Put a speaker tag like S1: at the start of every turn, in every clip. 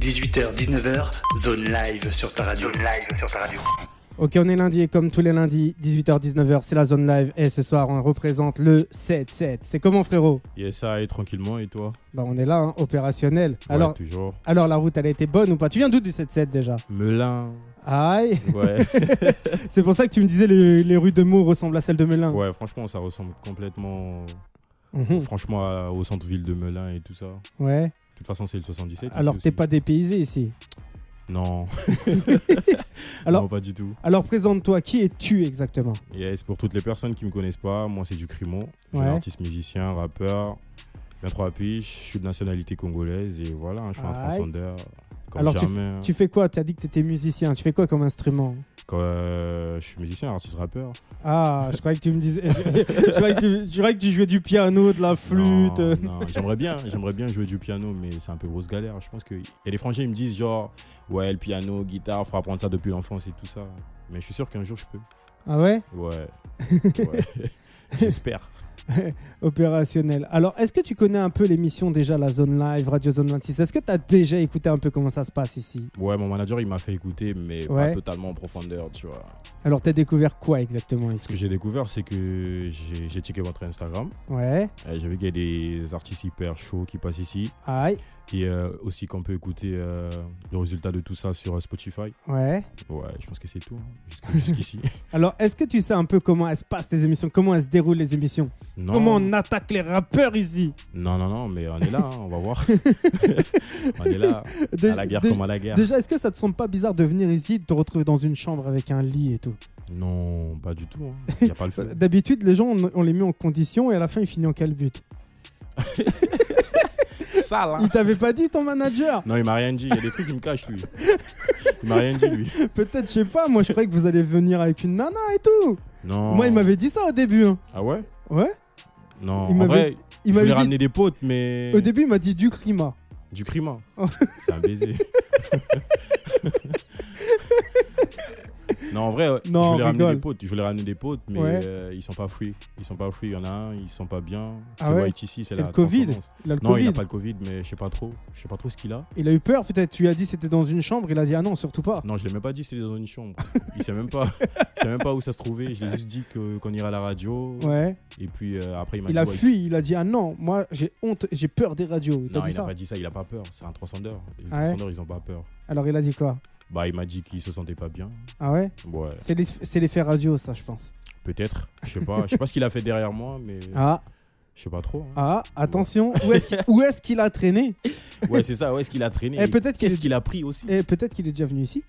S1: 18h, 19h, zone live sur ta radio. live sur ta radio.
S2: Ok, on est lundi et comme tous les lundis, 18h-19h, c'est la zone live. Et ce soir, on représente le 7-7. C'est comment, frérot
S3: Yes, aïe, tranquillement, et toi
S2: Bah, on est là, hein, opérationnel.
S3: Ouais,
S2: Alors,
S3: toujours.
S2: alors, la route, elle a été bonne ou pas Tu viens d'où du 7-7 déjà
S3: Melun.
S2: Aïe
S3: Ouais.
S2: C'est pour ça que tu me disais les, les rues de Meaux ressemblent à celles de Melun.
S3: ouais, franchement, ça ressemble complètement.
S2: Mhm.
S3: Franchement, à- au centre-ville de Melun et tout ça. De
S2: Ouais.
S3: toute façon, c'est le 77.
S2: Alors,
S3: ici
S2: t'es
S3: aussi.
S2: pas dépaysé ici.
S3: Non.
S2: Alors-
S3: Non, pas du tout.
S2: Alors, présente-toi, qui es-tu exactement
S3: Yes, pour toutes les personnes qui me connaissent pas, moi, c'est du Crimo. Je suis
S2: Ouais.
S3: un artiste musicien, rappeur, 23 piges, je suis de nationalité congolaise et voilà, hein, je suis un
S2: Aïe.
S3: transcendeur. Comme
S2: Alors,
S3: jamais. hein.
S2: Tu fais quoi Tu as dit que t'étais musicien. Tu fais quoi comme instrument
S3: Quand, euh, je suis musicien, artiste, rappeur.
S2: Ah, je croyais que tu me disais. je, croyais que tu, je croyais que tu jouais du piano, de la flûte.
S3: Non, non, j'aimerais bien, j'aimerais bien jouer du piano, mais c'est un peu grosse galère. Je pense que et les frangins ils me disent genre ouais le piano, guitare, faut apprendre ça depuis l'enfance et tout ça. Mais je suis sûr qu'un jour je peux.
S2: Ah ouais
S3: Ouais. Ouais. J'espère.
S2: Opérationnel. Alors, est-ce que tu connais un peu l'émission déjà, la Zone Live, Radio Zone 26 Est-ce que tu as déjà écouté un peu comment ça se passe ici
S3: Ouais, mon manager il m'a fait écouter, mais
S2: Ouais.
S3: pas totalement en profondeur, tu vois.
S2: Alors, t'as découvert quoi exactement
S3: Ce que
S2: ici
S3: j'ai découvert, c'est que j'ai j'ai checké votre Instagram.
S2: Ouais.
S3: et J'ai vu qu'il y a des artistes hyper chauds qui passent ici.
S2: Aïe.
S3: Et euh, aussi qu'on peut écouter euh, le résultat de tout ça sur euh, Spotify.
S2: Ouais.
S3: Ouais, je pense que c'est tout. hein, jusqu'- Jusqu'ici.
S2: Alors, est-ce que tu sais un peu comment elles se passent tes émissions Comment elles se déroulent les émissions
S3: Non.
S2: Comment on attaque les rappeurs ici
S3: Non, non, non, mais on est là, hein, on va voir. on est là,
S2: Dé-
S3: à la guerre
S2: dé-
S3: comme à la guerre.
S2: Déjà, est-ce que ça te semble pas bizarre de venir ici, de te retrouver dans une chambre avec un lit et tout
S3: Non, pas du tout. Il n'y a pas le feu.
S2: D'habitude, les gens, on, on les met en condition et à la fin, ils finissent en quel but
S3: Ça, là.
S2: Il t'avait pas dit ton manager
S3: Non, il m'a rien dit. Il y a des trucs qui me cachent, lui. Il m'a rien dit, lui.
S2: Peut-être, je sais pas, moi je croyais que vous allez venir avec une nana et tout
S3: Non.
S2: Moi, il m'avait dit ça au début. hein.
S3: Ah ouais
S2: Ouais
S3: Non,
S2: Il
S3: en
S2: m'avait-
S3: vrai,
S2: Il
S3: je voulais
S2: m'avait dit.
S3: ramener des potes, mais.
S2: Au début, il m'a dit du climat.
S3: Du crime.
S2: Oh.
S3: C'est un baiser. Non, en vrai, ouais,
S2: Non,
S3: je voulais ramener
S2: rigole.
S3: des potes, je voulais ramener des potes, mais
S2: Ouais.
S3: euh, ils sont pas fouillés. Ils sont pas fouillés, il y en a un, ils sont pas bien.
S2: Ah
S3: C'est
S2: ouais
S3: white ici, c'est
S2: C'est
S3: la
S2: le Covid.
S3: transparence.
S2: Il a le
S3: Non, il
S2: Covid. Ah.
S3: n'a pas le Covid, mais je sais pas trop. Je sais pas trop ce qu'il a.
S2: Il a eu peur, peut-être. Tu lui as dit c'était dans une chambre. Il a dit ah non, surtout pas.
S3: Non, je l'ai même pas dit c'était dans une chambre. Il sait même pas. il sait même pas où ça se trouvait. Je l'ai juste dit que- qu'on irait à la radio.
S2: Ouais.
S3: Et puis euh, après il m'a
S2: Il
S3: dit.
S2: a
S3: ouais,
S2: fui. Il a dit ah non, moi j'ai honte, j'ai peur des radios. Il t'a
S3: Non,
S2: dit
S3: il n'a
S2: ça.
S3: pas dit ça. Il a pas peur. C'est un transcendeur. Les
S2: Ah ouais
S3: transcendeurs, ils ont pas peur.
S2: Alors il a dit quoi
S3: Bah, il m'a dit qu'il se sentait pas bien.
S2: Ah ouais
S3: Ouais,
S2: C'est les- c'est l'effet radio, ça, je pense.
S3: peut-être. Je sais pas. Je sais pas ce qu'il a fait derrière moi, mais
S2: Ah
S3: je sais pas trop. hein.
S2: ah, attention. Où est-ce qu'il- où est-ce qu'il a traîné
S3: Ouais, c'est ça. Ouais, est-ce qu'il a traîné
S2: Ah. Eh, peut-être qu'il
S3: Qu'est-ce
S2: est-
S3: qu'il a pris aussi
S2: Et peut-être qu'il est déjà venu ici.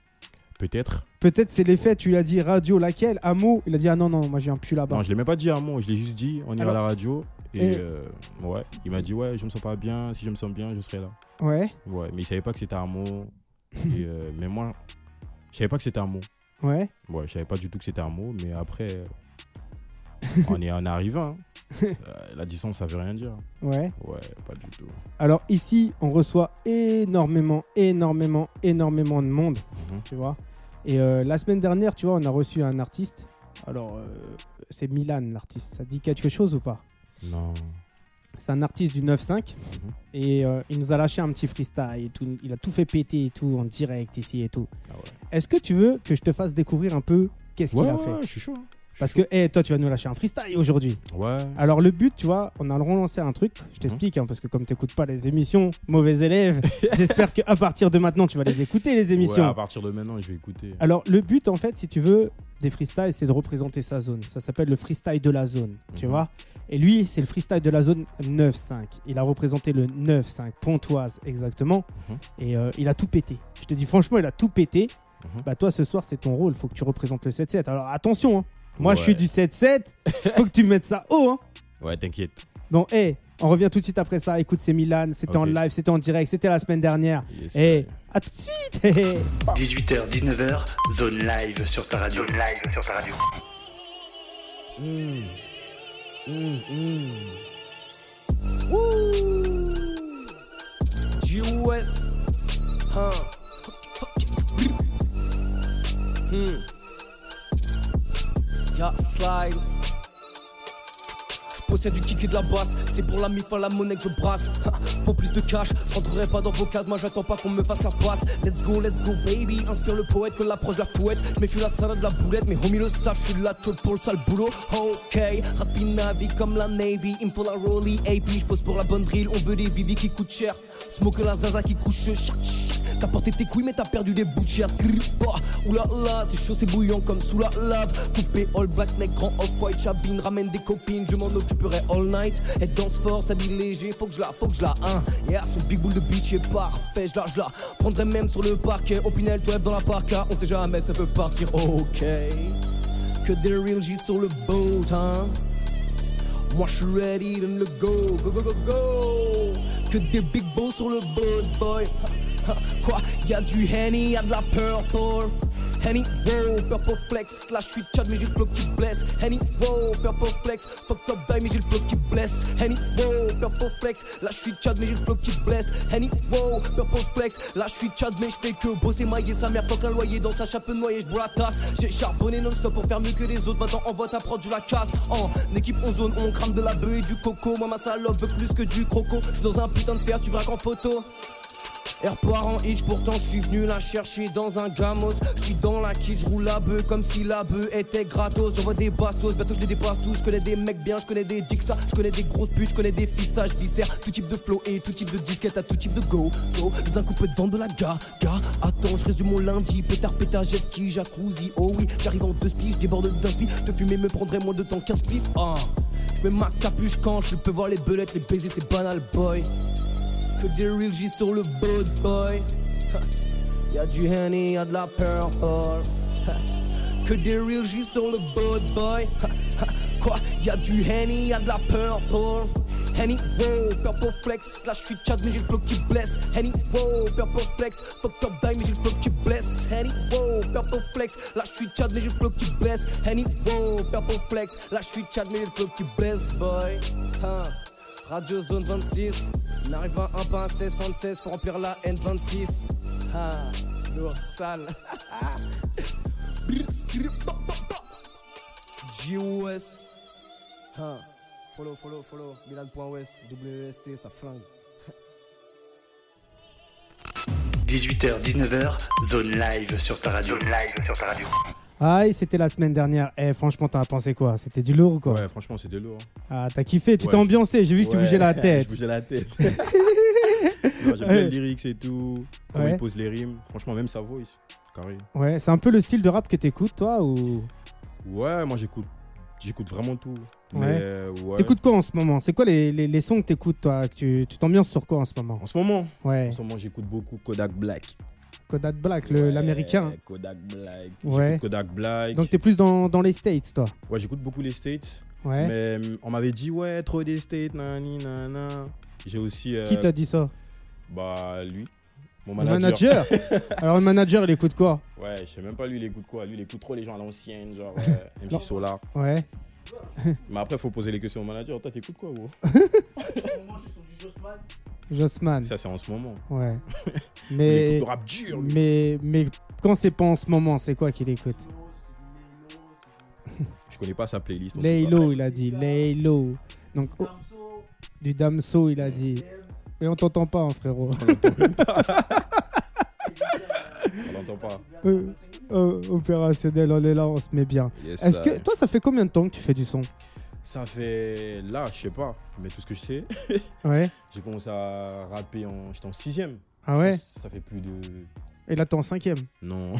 S3: Peut-être.
S2: Peut-être c'est l'effet. Tu lui as dit radio laquelle Un mot. Il a dit ah non non, moi je viens plus là-bas.
S3: Non, je l'ai même pas dit à moi, je l'ai juste dit, on ira à
S2: Alors-
S3: la radio. Et,
S2: Et-
S3: euh, ouais, il m'a dit, ouais, je me sens pas bien, si je me sens bien, je serai là.
S2: Ouais
S3: Ouais, mais il savait pas que c'était un mot. Et, euh, mais moi, je savais pas que c'était un mot.
S2: ouais.
S3: Ouais, je savais pas du tout que c'était un mot, mais après, euh, on est en arrivant. hein. Euh, La distance, ça veut rien dire.
S2: Ouais.
S3: Ouais, pas du tout.
S2: Alors ici, on reçoit énormément, énormément, énormément de monde,
S3: Mhm.
S2: tu vois. Et euh, la semaine dernière, tu vois, on a reçu un artiste. Alors, euh, c'est Milan, l'artiste. Ça te dit quelque chose ou pas
S3: Mhm. Non.
S2: C'est un artiste du 9-5.
S3: Mhm.
S2: Et euh, il nous a lâché un petit freestyle et tout. Il a tout fait péter et tout en direct ici et tout.
S3: Ah ouais.
S2: Est-ce que tu veux que je te fasse découvrir un peu qu'est-ce qu'il
S3: Ouais,
S2: a
S3: ouais,
S2: fait
S3: je suis chaud. hein. Je suis
S2: Parce que,
S3: chaud.
S2: hé, toi, tu vas nous lâcher un freestyle aujourd'hui.
S3: Ouais.
S2: Alors le but, tu vois, on a relancé un truc.
S3: Mhm.
S2: Je t'explique, hein, parce que comme t'écoutes pas les émissions, mauvais élève. J'espère qu'à partir de maintenant, tu vas les écouter les émissions.
S3: Ouais, bah. à partir de maintenant, je vais écouter.
S2: Alors le but, en fait, si tu veux, des freestyles, c'est de représenter sa zone. Ça s'appelle le freestyle de la zone, tu
S3: Mhm.
S2: vois. Et lui, c'est le freestyle de la zone 9-5. Il a représenté le 9-5, Pontoise exactement.
S3: Mhm.
S2: Et euh, il a tout pété. Je te dis franchement, il a tout pété.
S3: Mhm.
S2: Bah toi, ce soir, c'est ton rôle. Faut que tu représentes le 7-7. Alors attention, hein. moi, je suis
S3: Ouais.
S2: du 7-7. Faut que tu mettes ça haut, hein.
S3: Ouais, t'inquiète.
S2: Bon, hé, on revient tout de suite après ça. Écoute, c'est Milan, c'était en
S3: Ok.
S2: live, c'était en direct, c'était la semaine dernière.
S3: Yes,
S2: Hé,
S3: ouais.
S2: à tout de suite
S1: 18h, 19h, zone live sur ta radio. live sur ta radio.
S4: US. Huh. Hmm. Yeah, slide. Je possède du kick et de la basse. C'est pour la mif à la monnaie que je brasse. faut plus de cash. J'entrerai pas dans vos cases, moi j'attends pas qu'on me fasse la passe. Let's go, let's go, baby. Inspire le poète que l'approche la fouette. Je méfie la salade, la boulette. Mes homies le savent, je suis là tout pour le sale boulot. Ok, rapide navi comme la Navy. Il me faut la Rolly AP. Je pose pour la bonne drill. On veut des vivi qui coûtent cher. Smoke la zaza qui couche. Chac, chac. T'as porté tes couilles mais t'as perdu des bouts de chair Oula là, c'est chaud, c'est bouillant comme sous la lave Coupé all black, neck, grand off-white, chabine Ramène des copines, je m'en occuperai all night Et danse fort, s'habille léger, faut que je la, faut que je la hein. Yeah, son big boule de bitch est parfait, je la, je la Prendrai même sur le parquet, au Pinel, toi dans la parka On sait jamais, ça peut partir, ok Que des real G sur le boat, hein moi je suis ready, donne le go, go go go go Que des big balls sur le boat boy Ha, ha, Quoi, y'a du Henny, y'a de la purple Henny, wow, purple flex Là je suis chad mais j'ai le flow qui blesse Henny, wow, purple flex Fuck top die mais j'ai le flow qui blesse Henny, wow, purple flex Là je suis chad mais j'ai le flow qui blesse Henny, wow, purple flex Là je suis chad mais je fais que bosser mailler sa mère Fuck un loyer dans sa chape noyée, je la tasse J'ai charbonné non-stop pour faire mieux que les autres Maintenant envoie ta prod, je la casse En équipe on zone, on crame de la bœuf et du coco Moi ma salope veut plus que du croco Je dans un putain de fer, tu braques en photo Air part en hitch, pourtant je suis venu la chercher dans un gamos. Je suis dans la kit, je roule la bœuf comme si la bœuf était gratos. J'envoie des bastos, bientôt je les dépasse tous. Je connais des mecs bien, je connais des dixa, je connais des grosses putes, je connais des fissages, viscères, tout type de flow et tout type de disquette à tout type de go. Go, dans un couple de vente de la ga, ga. Attends, je résume mon lundi, pétard, pétard, jet ski, jacuzzi. Oh oui, j'arrive en deux spies, je déborde d'un spi. Te fumer me prendrait moins de temps qu'un split. Ah, je mets ma capuche quand je peux voir les belettes, les baisers, c'est banal, boy que des real G sur le boat boy. Ha. Y'a du Henny, y'a de la purple. Ha. Que des real G sur le boat boy. Ha, ha. Quoi, y'a du Henny, y'a de la purple. Henny, wow, purple flex. Là, j'suis chad, mais j'ai le flow qui blesse. Henny, wow, purple flex. Fuck top die, mais j'ai le flow qui blesse. Henny, wow, purple flex. Là, j'suis chad, mais j'ai le flow qui blesse. Henny, wow, purple flex. Là, j'suis chad, mais j'ai le flow qui blesse, boy. Ha. Radio Zone 26, on arrive à 1 pas un 16, 26, faut remplir la N26. Ah, lourd sale. G-West. Ah, follow, follow, follow. Milan.West, WST, ça flingue.
S1: 18h, 19h, zone live sur ta radio. live sur ta radio.
S2: Aïe, c'était la semaine dernière. Eh, franchement, t'en as pensé quoi C'était du lourd ou quoi
S3: Ouais, franchement, c'était lourd.
S2: Ah, t'as kiffé, tu t'es
S3: Ouais.
S2: ambiancé, j'ai vu que tu
S3: hein. Ouais,
S2: bougeais la
S3: je
S2: tête.
S3: bougeais la tête. Non, J'aime bien les lyrics et tout. Comment
S2: Ouais.
S3: il pose les rimes. Franchement, même sa voice. Carré.
S2: Ouais, c'est un peu le style de rap que t'écoutes, toi ou...
S3: Ouais, moi j'écoute. J'écoute vraiment tout.
S2: Ouais.
S3: Mais euh, ouais.
S2: T'écoutes quoi en ce moment C'est quoi les, les, les sons que t'écoutes, toi que Tu tu t'ambiances sur quoi en ce moment
S3: En ce moment,
S2: Ouais,
S3: en ce moment j'écoute beaucoup Kodak Black.
S2: Kodak Black, le-
S3: Ouais,
S2: l'américain. hein.
S3: Kodak Black.
S2: Ouais.
S3: J'écoute Kodak Black.
S2: Donc t'es plus dans, dans les States, toi
S3: Ouais, j'écoute beaucoup les States.
S2: Ouais.
S3: Mais hum, on m'avait dit, ouais, trop des States, nani, nana. J'ai aussi. euh,
S2: Qui t'a dit ça
S3: Bah, lui. Mon
S2: Le
S3: manager.
S2: manager Alors le manager, il écoute quoi
S3: Ouais, je sais même pas, lui, il écoute quoi. Lui, il écoute trop les gens à l'ancienne, genre euh, MC
S2: Non.
S3: Solar.
S2: Ouais.
S3: Mais après, faut poser les questions au manager. Toi, t'écoutes quoi, gros
S2: Jossman.
S3: Ça, c'est en ce moment.
S2: Ouais.
S3: Il
S2: Mais,
S3: écoute le rap dur, lui.
S2: mais, mais quand c'est pas en ce moment, c'est quoi qu'il écoute
S3: Je connais pas sa playlist. en tout cas.
S2: Laylo, il a dit. Laylo. Donc, oh, du Damso, il a dit. Et on t'entend pas, hein, frérot.
S3: On l'entend pas.
S2: Euh, euh, opérationnel, on est là, on se met bien.
S3: Yes,
S2: Est-ce
S3: euh,
S2: que toi, ça fait combien de temps que tu fais du son
S3: Ça fait. Là, je sais pas. Mais tout ce que je sais,
S2: Ouais.
S3: j'ai commencé à rapper en. J'étais en 6
S2: Ah ouais
S3: Ça fait plus de.
S2: Et là, t'es en cinquième.
S3: Non.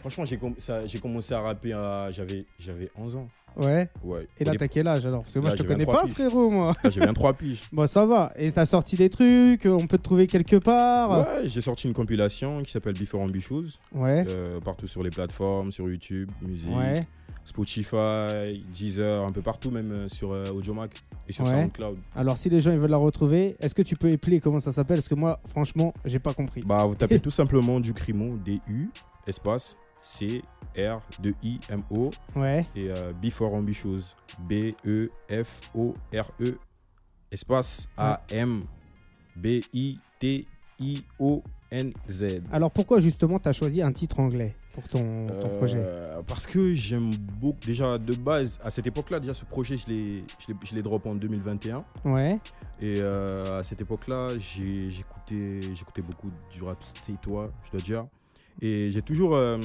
S3: Franchement, j'ai com- ça- j'ai commencé à rapper à. J'avais j'avais 11 ans.
S2: Ouais.
S3: Ouais.
S2: Et là,
S3: Au dé-
S2: t'as quel âge alors Parce que moi,
S3: Là,
S2: je te
S3: j'ai
S2: connais
S3: 23
S2: pas,
S3: piges.
S2: frérot, moi.
S3: là, j'ai 23 piges.
S2: Bon, ça va. Et t'as sorti des trucs, on peut te trouver quelque part.
S3: Ouais, j'ai sorti une compilation qui s'appelle Before Ambitious.
S2: Ouais.
S3: euh, partout sur les plateformes, sur YouTube, musique,
S2: Ouais.
S3: Spotify, Deezer, un peu partout, même euh, sur euh, AudioMac et sur
S2: Ouais.
S3: SoundCloud.
S2: Alors, si les gens ils veulent la retrouver, est-ce que tu peux épeler comment ça s'appelle Parce que moi, franchement, j'ai pas compris.
S3: Bah, vous tapez tout simplement du Crimo, D-U, espace, C, R, 2 I, M, O,
S2: Ouais.
S3: et euh, Before Ambitious, B, E, F, O, R, E, espace, A, M, B, I, T, I, O, NZ.
S2: Alors pourquoi justement t'as choisi un titre anglais pour ton, Ah, ton
S3: Euh,
S2: projet
S3: Parce que j'aime beaucoup. Déjà, de base, à cette époque-là, déjà, ce projet, je l'ai- je l'ai- je l'ai drop en 2021.
S2: Ouais.
S3: Et euh, à cette époque-là, j'ai- j'écoutais j'écoutais beaucoup du rap toi, je dois dire. Et j'ai toujours, euh,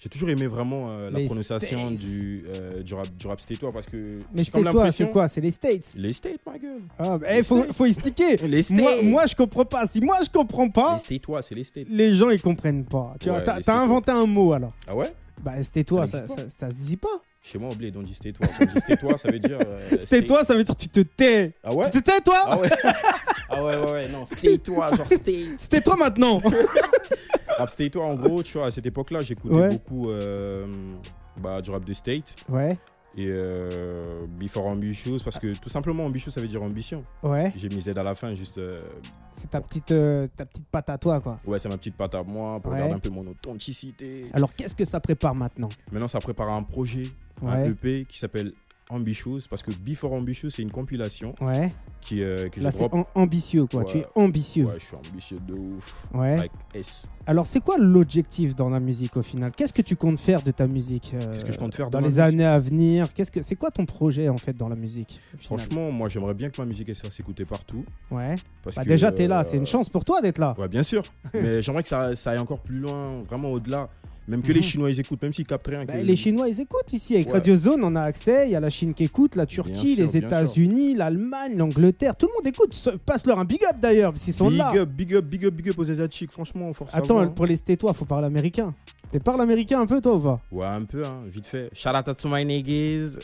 S3: j'ai toujours aimé vraiment euh, la
S2: Les
S3: prononciation
S2: States.
S3: du, euh, du rap, du rap stétois parce que.
S2: Mais
S3: j'ai
S2: je
S3: comme
S2: toi,
S3: l'impression-
S2: c'est quoi C'est les States.
S3: Les States, ma gueule.
S2: Ah, bah, eh, faut, faut expliquer.
S3: Les
S2: Moi, moi, je comprends pas. Si moi, je comprends pas,
S3: Les Stétois, c'est les States.
S2: les gens, ils comprennent pas. Tu vois,
S3: Ouais,
S2: t'as
S3: les
S2: t'as
S3: States.
S2: inventé un mot alors.
S3: Ah ouais
S2: Bah, c'était toi,
S3: Ça
S2: ça,
S3: n'existe
S2: ça- ça se dit pas.
S3: Chez moi, on blé, on dit Stétois. Quand on dit Stétois, ça veut dire. euh,
S2: C'était toi, ça veut dire tu te tais.
S3: Ah ouais
S2: Tu te tais, toi
S3: Ah ouais Ah ouais, ouais, ouais, non, Stétois, genre State.
S2: C'était toi maintenant.
S3: Rap Stétois, en gros, tu vois, à cette époque-là, j'écoutais
S2: Ouais.
S3: beaucoup euh, bah, du rap de State.
S2: ouais,
S3: et euh, Before Ambitious parce que tout simplement Ambitious ça veut dire ambition.
S2: ouais.
S3: J'ai mis Z à la fin juste euh,
S2: C'est ta petite, euh, ta petite patte à toi, quoi.
S3: ouais c'est ma petite patte à moi pour
S2: Ouais. Ah.
S3: garder un peu mon authenticité.
S2: Alors, qu'est-ce que ça prépare maintenant
S3: Maintenant ça prépare un projet, un
S2: Ouais,
S3: EP qui s'appelle Ambitious parce que Before Ambitious c'est une compilation
S2: ouais.
S3: qui euh, que je
S2: Là, c'est
S3: drop.
S2: am- ambitieux, quoi.
S3: Ouais.
S2: Tu es ambitieux.
S3: Ouais, je suis ambitieux de ouf.
S2: Ouais.
S3: Like S.
S2: Alors, c'est quoi l'objectif dans la musique au final Qu'est-ce que tu comptes faire de ta musique euh,
S3: Qu'est-ce que je compte faire
S2: dans,
S3: dans
S2: les
S3: la musique
S2: années à venir Qu'est-ce que c'est quoi ton projet en fait dans la musique au final
S3: Franchement, moi j'aimerais bien que ma musique elle se fasse écouter partout
S2: ouais.
S3: parce
S2: Bah
S3: que
S2: déjà t'es là, c'est
S3: euh,
S2: une chance pour toi d'être là.
S3: Ouais, bien sûr. Mais j'aimerais que ça, ça aille encore plus loin, vraiment au-delà. Même que les
S2: Mhm.
S3: Chinois ils écoutent, même s'ils captent rien.
S2: Bah,
S3: que-
S2: les Chinois, ils écoutent ici. Avec
S3: Ouais.
S2: Radio Zone, on a accès. Il y a la Chine qui écoute, la Turquie,
S3: sûr,
S2: les
S3: bien
S2: États-Unis, l'Allemagne, l'Angleterre. Tout le monde écoute. Se- Passe-leur un big up d'ailleurs, s'ils sont
S3: big
S2: là.
S3: up, big up, big up, big up aux Asiatiques, franchement, force à
S2: Attends,
S3: vous, hein.
S2: pour les tais-toi, faut parler américain. T'es parles américain un peu, toi, ou pas
S3: Ouais, un peu, hein, vite fait. Shout out to my niggas.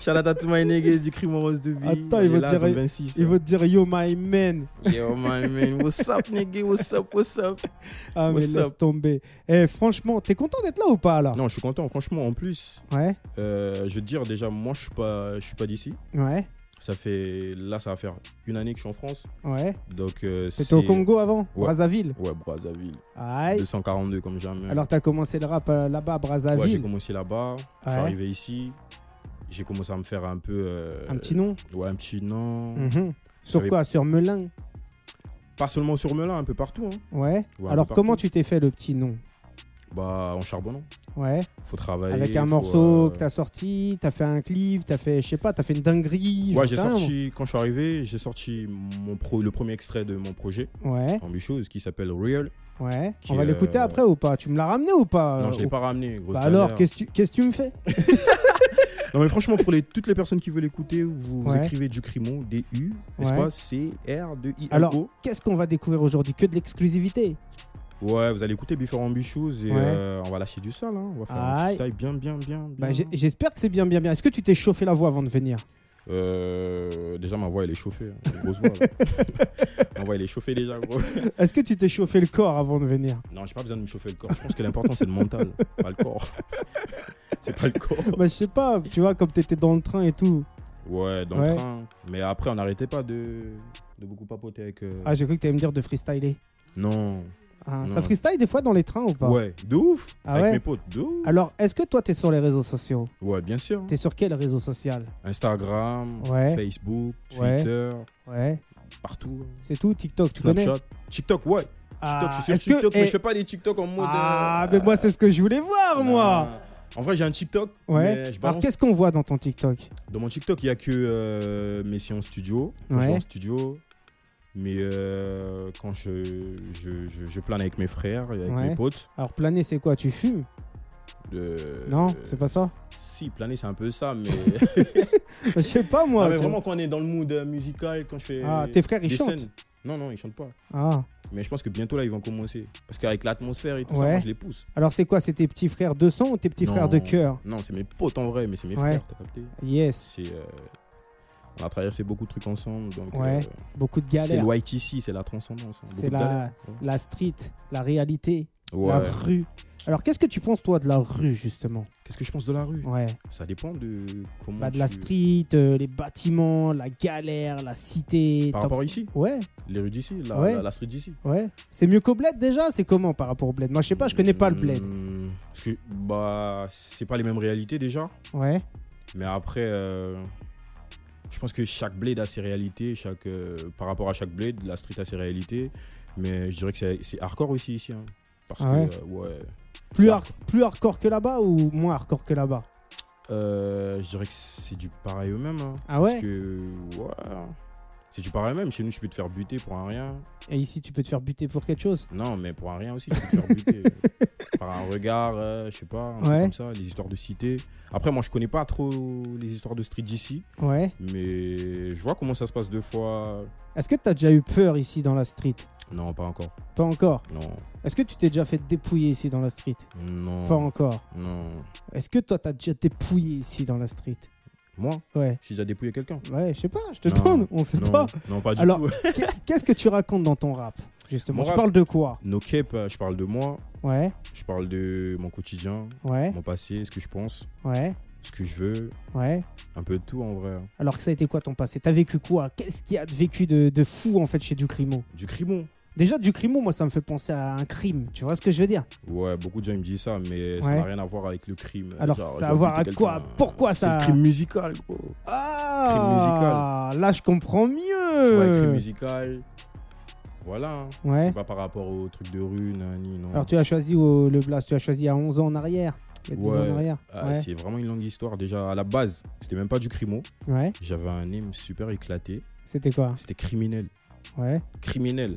S3: Shout out to my niggas du crime rose de vie.
S2: Attends, il
S3: est
S2: va
S3: là,
S2: dire-
S3: zone 26.
S2: Ils vont te dire Yo, my man.
S3: Yo, my man. What's up, nigga? What's up? What's up?
S2: Ah, mais
S3: What's
S2: laisse
S3: up
S2: tomber. Eh, franchement, t'es content d'être là ou pas, là
S3: Ah. Non, je suis content, franchement. En plus,
S2: Ouais,
S3: euh, je veux te dire, déjà, moi, je suis pas, je suis pas d'ici.
S2: ouais,
S3: Ça fait. Là, ça va faire une année que je suis en France.
S2: ouais.
S3: Donc, euh,
S2: T'étais au
S3: c'est-
S2: Congo avant,
S3: Ouais.
S2: Brazzaville.
S3: Ouais, Brazzaville.
S2: Aïe.
S3: 242, comme jamais.
S2: Alors, t'as commencé le rap euh, là-bas, à
S3: ouais, j'ai
S2: Brazzaville.
S3: commencé là-bas. Je suis
S2: Ouais.
S3: arrivé ici. J'ai commencé à me faire un peu. euh,
S2: un petit nom
S3: Ouais, un petit nom.
S2: Mhm. Sur
S3: J'avais-
S2: quoi Sur Melun
S3: Pas seulement sur Melun, un peu partout. hein.
S2: Ouais.
S3: Ouais, un
S2: Alors
S3: peu
S2: comment
S3: partout.
S2: tu t'es fait le petit nom
S3: Bah, en charbonnant.
S2: Ouais.
S3: Faut travailler.
S2: Avec un
S3: faut,
S2: morceau
S3: euh,
S2: que t'as sorti, t'as fait un clip, t'as fait, je sais pas, t'as fait une dinguerie. j'en
S3: Ouais, j'ai
S2: sais rien,
S3: sorti, quand je suis arrivé, j'ai sorti mon pro, le premier extrait de mon projet,
S2: moi. Ouais,
S3: Ambitious, qui s'appelle Real.
S2: ouais.
S3: Qui,
S2: On va
S3: euh,
S2: l'écouter après ou pas Tu me l'as ramené ou pas
S3: non,
S2: euh,
S3: je l'ai
S2: ou-
S3: pas ramené, grosse
S2: Bah alors,
S3: galère.
S2: qu'est-ce que tu- qu'est-ce que tu me fais
S3: Non, mais franchement, pour les, toutes les personnes qui veulent l'écouter, vous
S2: Ouais.
S3: écrivez du Crimon, D-U, n'est-ce
S2: Ouais.
S3: pas C-R-D-I-O.
S2: Alors, qu'est-ce qu'on va découvrir aujourd'hui Que de l'exclusivité.
S3: Ouais, vous allez écouter Before Ambitious et
S2: Ouais.
S3: euh, on va lâcher du sale. hein. On va faire un
S2: Aïe.
S3: freestyle bien, bien, bien. bien.
S2: Bah, j'ai- j'espère que c'est bien, bien, bien. Est-ce que tu t'es chauffé la voix avant de venir
S3: Euh, déjà, ma voix, elle est chauffée. hein. J'ai une grosse voix. là. ma voix, elle est chauffée déjà, gros.
S2: Est-ce que tu t'es chauffé le corps avant de venir
S3: Non, j'ai pas besoin de me chauffer le corps. Je pense que l'important c'est le mental, pas le corps. c'est pas le corps.
S2: Bah, je sais pas, tu vois, comme t'étais dans le train et tout.
S3: Ouais, dans
S2: Ouais.
S3: le train. Mais après, on n'arrêtait pas de, de beaucoup papoter avec. euh,
S2: Ah, j'ai cru que t'allais me dire de freestyler.
S3: Non.
S2: Ah,
S3: Non.
S2: ça freestyle des fois dans les trains ou pas
S3: Ouais, de ouf.
S2: Ah
S3: avec
S2: ouais
S3: mes potes, de ouf.
S2: Alors, est-ce que toi, t'es sur les réseaux sociaux
S3: Ouais, bien sûr.
S2: T'es sur quel réseau social
S3: Instagram,
S2: Ouais.
S3: Facebook,
S2: Ouais.
S3: Twitter,
S2: Ouais,
S3: partout.
S2: c'est tout, TikTok, tu connais
S3: Snapchat, TikTok, ouais. TikTok,
S2: Ah,
S3: je suis
S2: est-ce
S3: sur
S2: que-
S3: TikTok, mais
S2: eh,
S3: je fais pas des TikTok en mode.
S2: Ah,
S3: euh, ah,
S2: mais moi, c'est ce que je voulais voir,
S3: non.
S2: moi
S3: En vrai, j'ai un TikTok.
S2: Ouais.
S3: Mais je
S2: Alors,
S3: balance
S2: qu'est-ce qu'on voit dans ton TikTok
S3: Dans mon TikTok, il n'y a que euh, mes séances studio. Quand
S2: Ouais.
S3: je suis en studio, mais euh, quand je, je, je- je plane avec mes frères et avec
S2: Ouais.
S3: mes potes.
S2: Alors, planer, c'est quoi Tu fumes
S3: euh,
S2: Non, c'est pas ça
S3: Si, planer, c'est un peu ça, mais.
S2: Je sais pas, moi.
S3: Non, Ah, mais
S2: tu-
S3: vraiment, quand on est dans le mood euh, musical, quand je fais.
S2: Ah, tes frères, ils
S3: des
S2: chantent
S3: scènes. Non, non, ils chantent pas.
S2: Ah.
S3: Mais je pense que bientôt, là, ils vont commencer. Parce qu'avec l'atmosphère et tout ça,
S2: Ouais.
S3: moi, je les pousse.
S2: Alors, c'est quoi C'est tes petits frères de sang ou tes petits
S3: Non.
S2: frères de cœur
S3: Non, c'est mes potes en vrai, mais c'est mes
S2: Ouais.
S3: frères, t'as capté
S2: Yes,
S3: C'est. euh, on a traversé beaucoup de trucs ensemble, donc.
S2: Ouais.
S3: euh,
S2: beaucoup de
S3: c'est
S2: galères.
S3: le YTC, c'est la transcendance. hein.
S2: C'est
S3: Beaucoup de galères,
S2: la, la street, la réalité,
S3: Ouais.
S2: la rue. Alors, qu'est-ce que tu penses, toi, de la rue, justement
S3: Qu'est-ce que je pense de la rue
S2: Ouais.
S3: Ça dépend de comment.
S2: Bah, de la
S3: tu-
S2: street, euh, les bâtiments, la galère, la cité. t'en-
S3: Par rapport à ici,
S2: Ouais,
S3: les rues d'ici, la,
S2: Ouais.
S3: la- la street d'ici.
S2: ouais. C'est mieux qu'au bled déjà C'est comment par rapport au bled Moi je sais pas, je connais pas le bled.
S3: Hmm, Parce que bah c'est pas les mêmes réalités déjà,
S2: Ouais,
S3: mais après euh, je pense que chaque blade a ses réalités, chaque, euh, par rapport à chaque blade, la street a ses réalités. Mais je dirais que c'est- c'est hardcore aussi ici. hein. Parce
S2: Ah ouais
S3: que, euh, ouais.
S2: Plus,
S3: c'est
S2: hard- plus hardcore que là-bas ou moins hardcore que là-bas
S3: Euh, je dirais que c'est du pareil au même. hein.
S2: Ah ouais
S3: Parce que, ouais. C'est du pareil au même. Chez nous, tu peux te faire buter pour un rien.
S2: Et ici, tu peux te faire buter pour quelque chose
S3: Non, mais pour un rien aussi, tu peux te faire buter. Par un regard, euh, je sais pas, un truc
S2: Ouais.
S3: comme ça, les histoires de cité. Après, moi, je connais pas trop les histoires de street d'ici,
S2: Ouais.
S3: mais je vois comment ça se passe deux fois.
S2: Est-ce que t'as déjà eu peur ici dans la street
S3: Non, pas encore.
S2: Pas encore.
S3: Non,
S2: Est-ce que tu t'es déjà fait dépouiller ici dans la street
S3: non,
S2: Pas encore.
S3: non.
S2: Est-ce que toi, t'as déjà dépouillé ici dans la street
S3: Moi,
S2: Ouais.
S3: j'ai déjà dépouillé quelqu'un.
S2: Ouais, je sais pas, je te
S3: Non.
S2: demande, on sait
S3: Non,
S2: pas.
S3: non, pas du
S2: Alors-
S3: tout.
S2: Qu'est- Qu'est-ce que tu racontes dans ton rap Justement,
S3: Mon
S2: tu
S3: rap-
S2: parles de quoi
S3: No cape, euh, je parle de moi,
S2: Ouais,
S3: je parle de mon quotidien,
S2: ouais,
S3: mon passé, ce que je pense,
S2: ouais,
S3: ce que je veux,
S2: ouais.
S3: un peu de tout en vrai. hein.
S2: Alors que ça a été quoi ton passé T'as vécu quoi Qu'est-ce qu'il y a de vécu de, de fou en fait chez Ducrimo
S3: Du crimon.
S2: Déjà, Ducrimo, moi, ça me fait penser à un crime. Tu vois ce que je veux dire
S3: Ouais, beaucoup de gens ils me disent ça, mais ça
S2: Ouais.
S3: n'a rien à voir avec le crime.
S2: Alors,
S3: Genre,
S2: ça a
S3: j'ai
S2: à voir
S3: buté
S2: à quoi
S3: quelqu'un.
S2: Pourquoi
S3: C'est
S2: ça-
S3: le crime musical, gros.
S2: Ah, là, je comprends mieux.
S3: Ouais, crime musical. Voilà. hein.
S2: Euh. Ouais.
S3: C'est pas par rapport au truc de rue, ni non.
S2: Alors, tu as choisi au- le blast, tu as choisi à 11 ans en arrière. Il y a 10 ans
S3: Ouais.
S2: en arrière.
S3: Ah,
S2: ouais.
S3: C'est vraiment une longue histoire. Déjà, à la base, c'était même pas du crimo.
S2: Ouais.
S3: J'avais un hymne super éclaté.
S2: C'était quoi
S3: C'était criminel.
S2: Ouais.
S3: Criminel.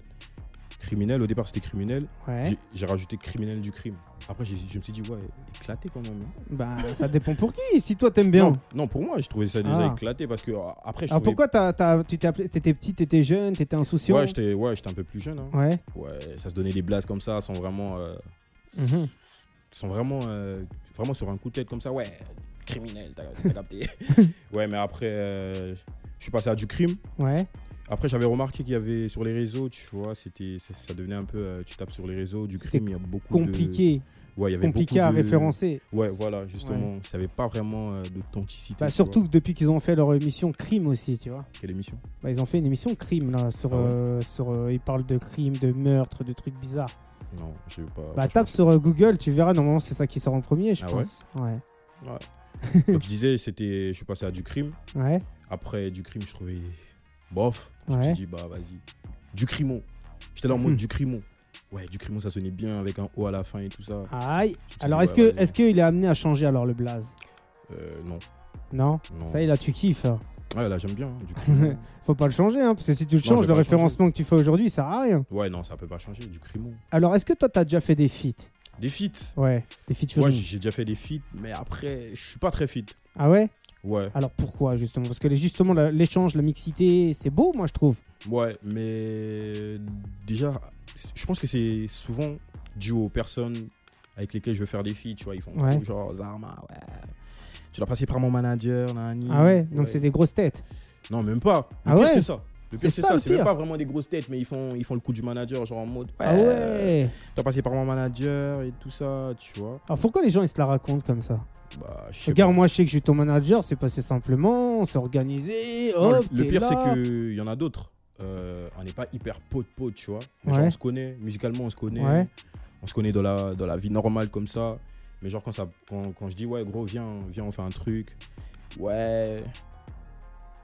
S3: Criminel, au départ, c'était criminel.
S2: Ouais.
S3: J'ai- J'ai rajouté criminel du crime. Après, j'ai- je me suis dit, ouais, éclaté quand même. hein.
S2: Bah, ça dépend pour qui. Si toi, t'aimes bien.
S3: Non, non, pour moi, je trouvais ça déjà
S2: Ah.
S3: éclaté parce que ah, après, je
S2: Alors,
S3: trouvais-
S2: pourquoi t'as- t'as- tu t'es appelé- t'étais petit, t'étais jeune, t'étais insouciant
S3: Ouais, j'étais ouais, j'étais un peu plus jeune. hein.
S2: Ouais.
S3: Ouais, ça se donnait des blases comme ça, sans vraiment. euh,
S2: Mhm.
S3: sont vraiment, euh, vraiment sur un coup de tête comme ça. Ouais, criminel, t'as t'as capté. ouais, mais après, euh, je suis passé à du crime.
S2: Ouais.
S3: Après, j'avais remarqué qu'il y avait sur les réseaux, tu vois, c'était, ça, ça devenait un peu. euh, tu tapes sur les réseaux, du crime, il y a beaucoup
S2: Compliqué.
S3: de. Ouais, il y avait
S2: Compliqué
S3: beaucoup
S2: à
S3: de-
S2: référencer.
S3: Ouais, voilà, justement. Ça n'avait pas vraiment euh, d'authenticité.
S2: Bah,
S3: tu
S2: surtout
S3: vois.
S2: que depuis qu'ils ont fait leur émission Crime aussi, tu vois.
S3: Quelle émission
S2: Bah, ils ont fait une émission Crime là. Sur,
S3: Ah ouais.
S2: euh, sur, euh, ils parlent de crime, de meurtre, de trucs bizarres.
S3: Non, je sais pas.
S2: Bah
S3: Ah, franchement,
S2: tape sur euh, Google, tu verras, normalement c'est ça qui sort en premier, je
S3: Ah ouais
S2: pense. Ouais.
S3: c'est- Donc, je disais, c'était, je suis passé à du crime.
S2: Ouais.
S3: Après, du crime, je trouvais. Bof. Je me
S2: Ouais.
S3: suis dit, bah vas-y. Du crimon. J'étais là en mode
S2: Hmm.
S3: du crimon. Ouais, du crimon, ça sonnait bien avec un O à la fin et tout ça.
S2: Aïe.
S3: Je me suis dit,
S2: Alors
S3: ouais,
S2: est-ce que
S3: vas-y.
S2: est-ce qu'il est amené à changer alors le blaze
S3: Euh, non.
S2: Non
S3: non.
S2: Ça y est là tu kiffes. hein.
S3: Ouais, là, j'aime bien. hein, du crimon.
S2: Faut pas le changer hein, parce que si tu le
S3: Non, je
S2: changes,
S3: vais
S2: le
S3: pas le changer.
S2: référencement que tu fais aujourd'hui, ça sert à rien.
S3: ouais, non, ça peut pas changer. Du crimon.
S2: Alors est-ce que toi t'as déjà fait des feats
S3: Des feats.
S2: Ouais. Des
S3: Moi,
S2: featuring.
S3: j'ai déjà fait des feats, mais après, je suis pas très fit.
S2: ah ouais
S3: Ouais,
S2: Alors pourquoi justement Parce que les- justement la- l'échange, la mixité, c'est beau moi je trouve.
S3: ouais, mais déjà, c'est- je pense que c'est souvent dû aux personnes avec lesquelles je veux faire des feats, tu vois, ils font
S2: Ouais.
S3: trop genre Zarma, ouais. Tu dois passer par mon manager, nani.
S2: Ah ouais Donc c'est des grosses têtes.
S3: Non, même pas. Le
S2: Ah
S3: pire,
S2: ouais
S3: c'est ça. Le
S2: C'est
S3: pire, c'est
S2: ça,
S3: ça.
S2: le
S3: C'est même
S2: pire.
S3: pas vraiment des grosses têtes, mais ils font, ils font le coup du manager, genre en mode. Ouais,
S2: Ah ouais
S3: T'as passé par mon manager et tout ça, tu vois.
S2: Alors pourquoi les gens ils se la racontent comme ça
S3: Bah, je sais
S2: Regarde
S3: pas.
S2: moi je sais que je suis ton manager, c'est passé simplement, on s'est organisé,
S3: Non,
S2: hop,
S3: le
S2: Oh, t'es
S3: pire,
S2: là.
S3: c'est qu'il y en a d'autres. Euh, on n'est pas hyper pote-pote, tu vois. Mais genre,
S2: Ouais.
S3: on se connaît, musicalement, on se connaît.
S2: Ouais.
S3: On se connaît dans la, dans la vie normale comme ça. Mais genre, quand, ça, quand, quand je dis, ouais, gros, viens, viens, on fait un truc. Ouais.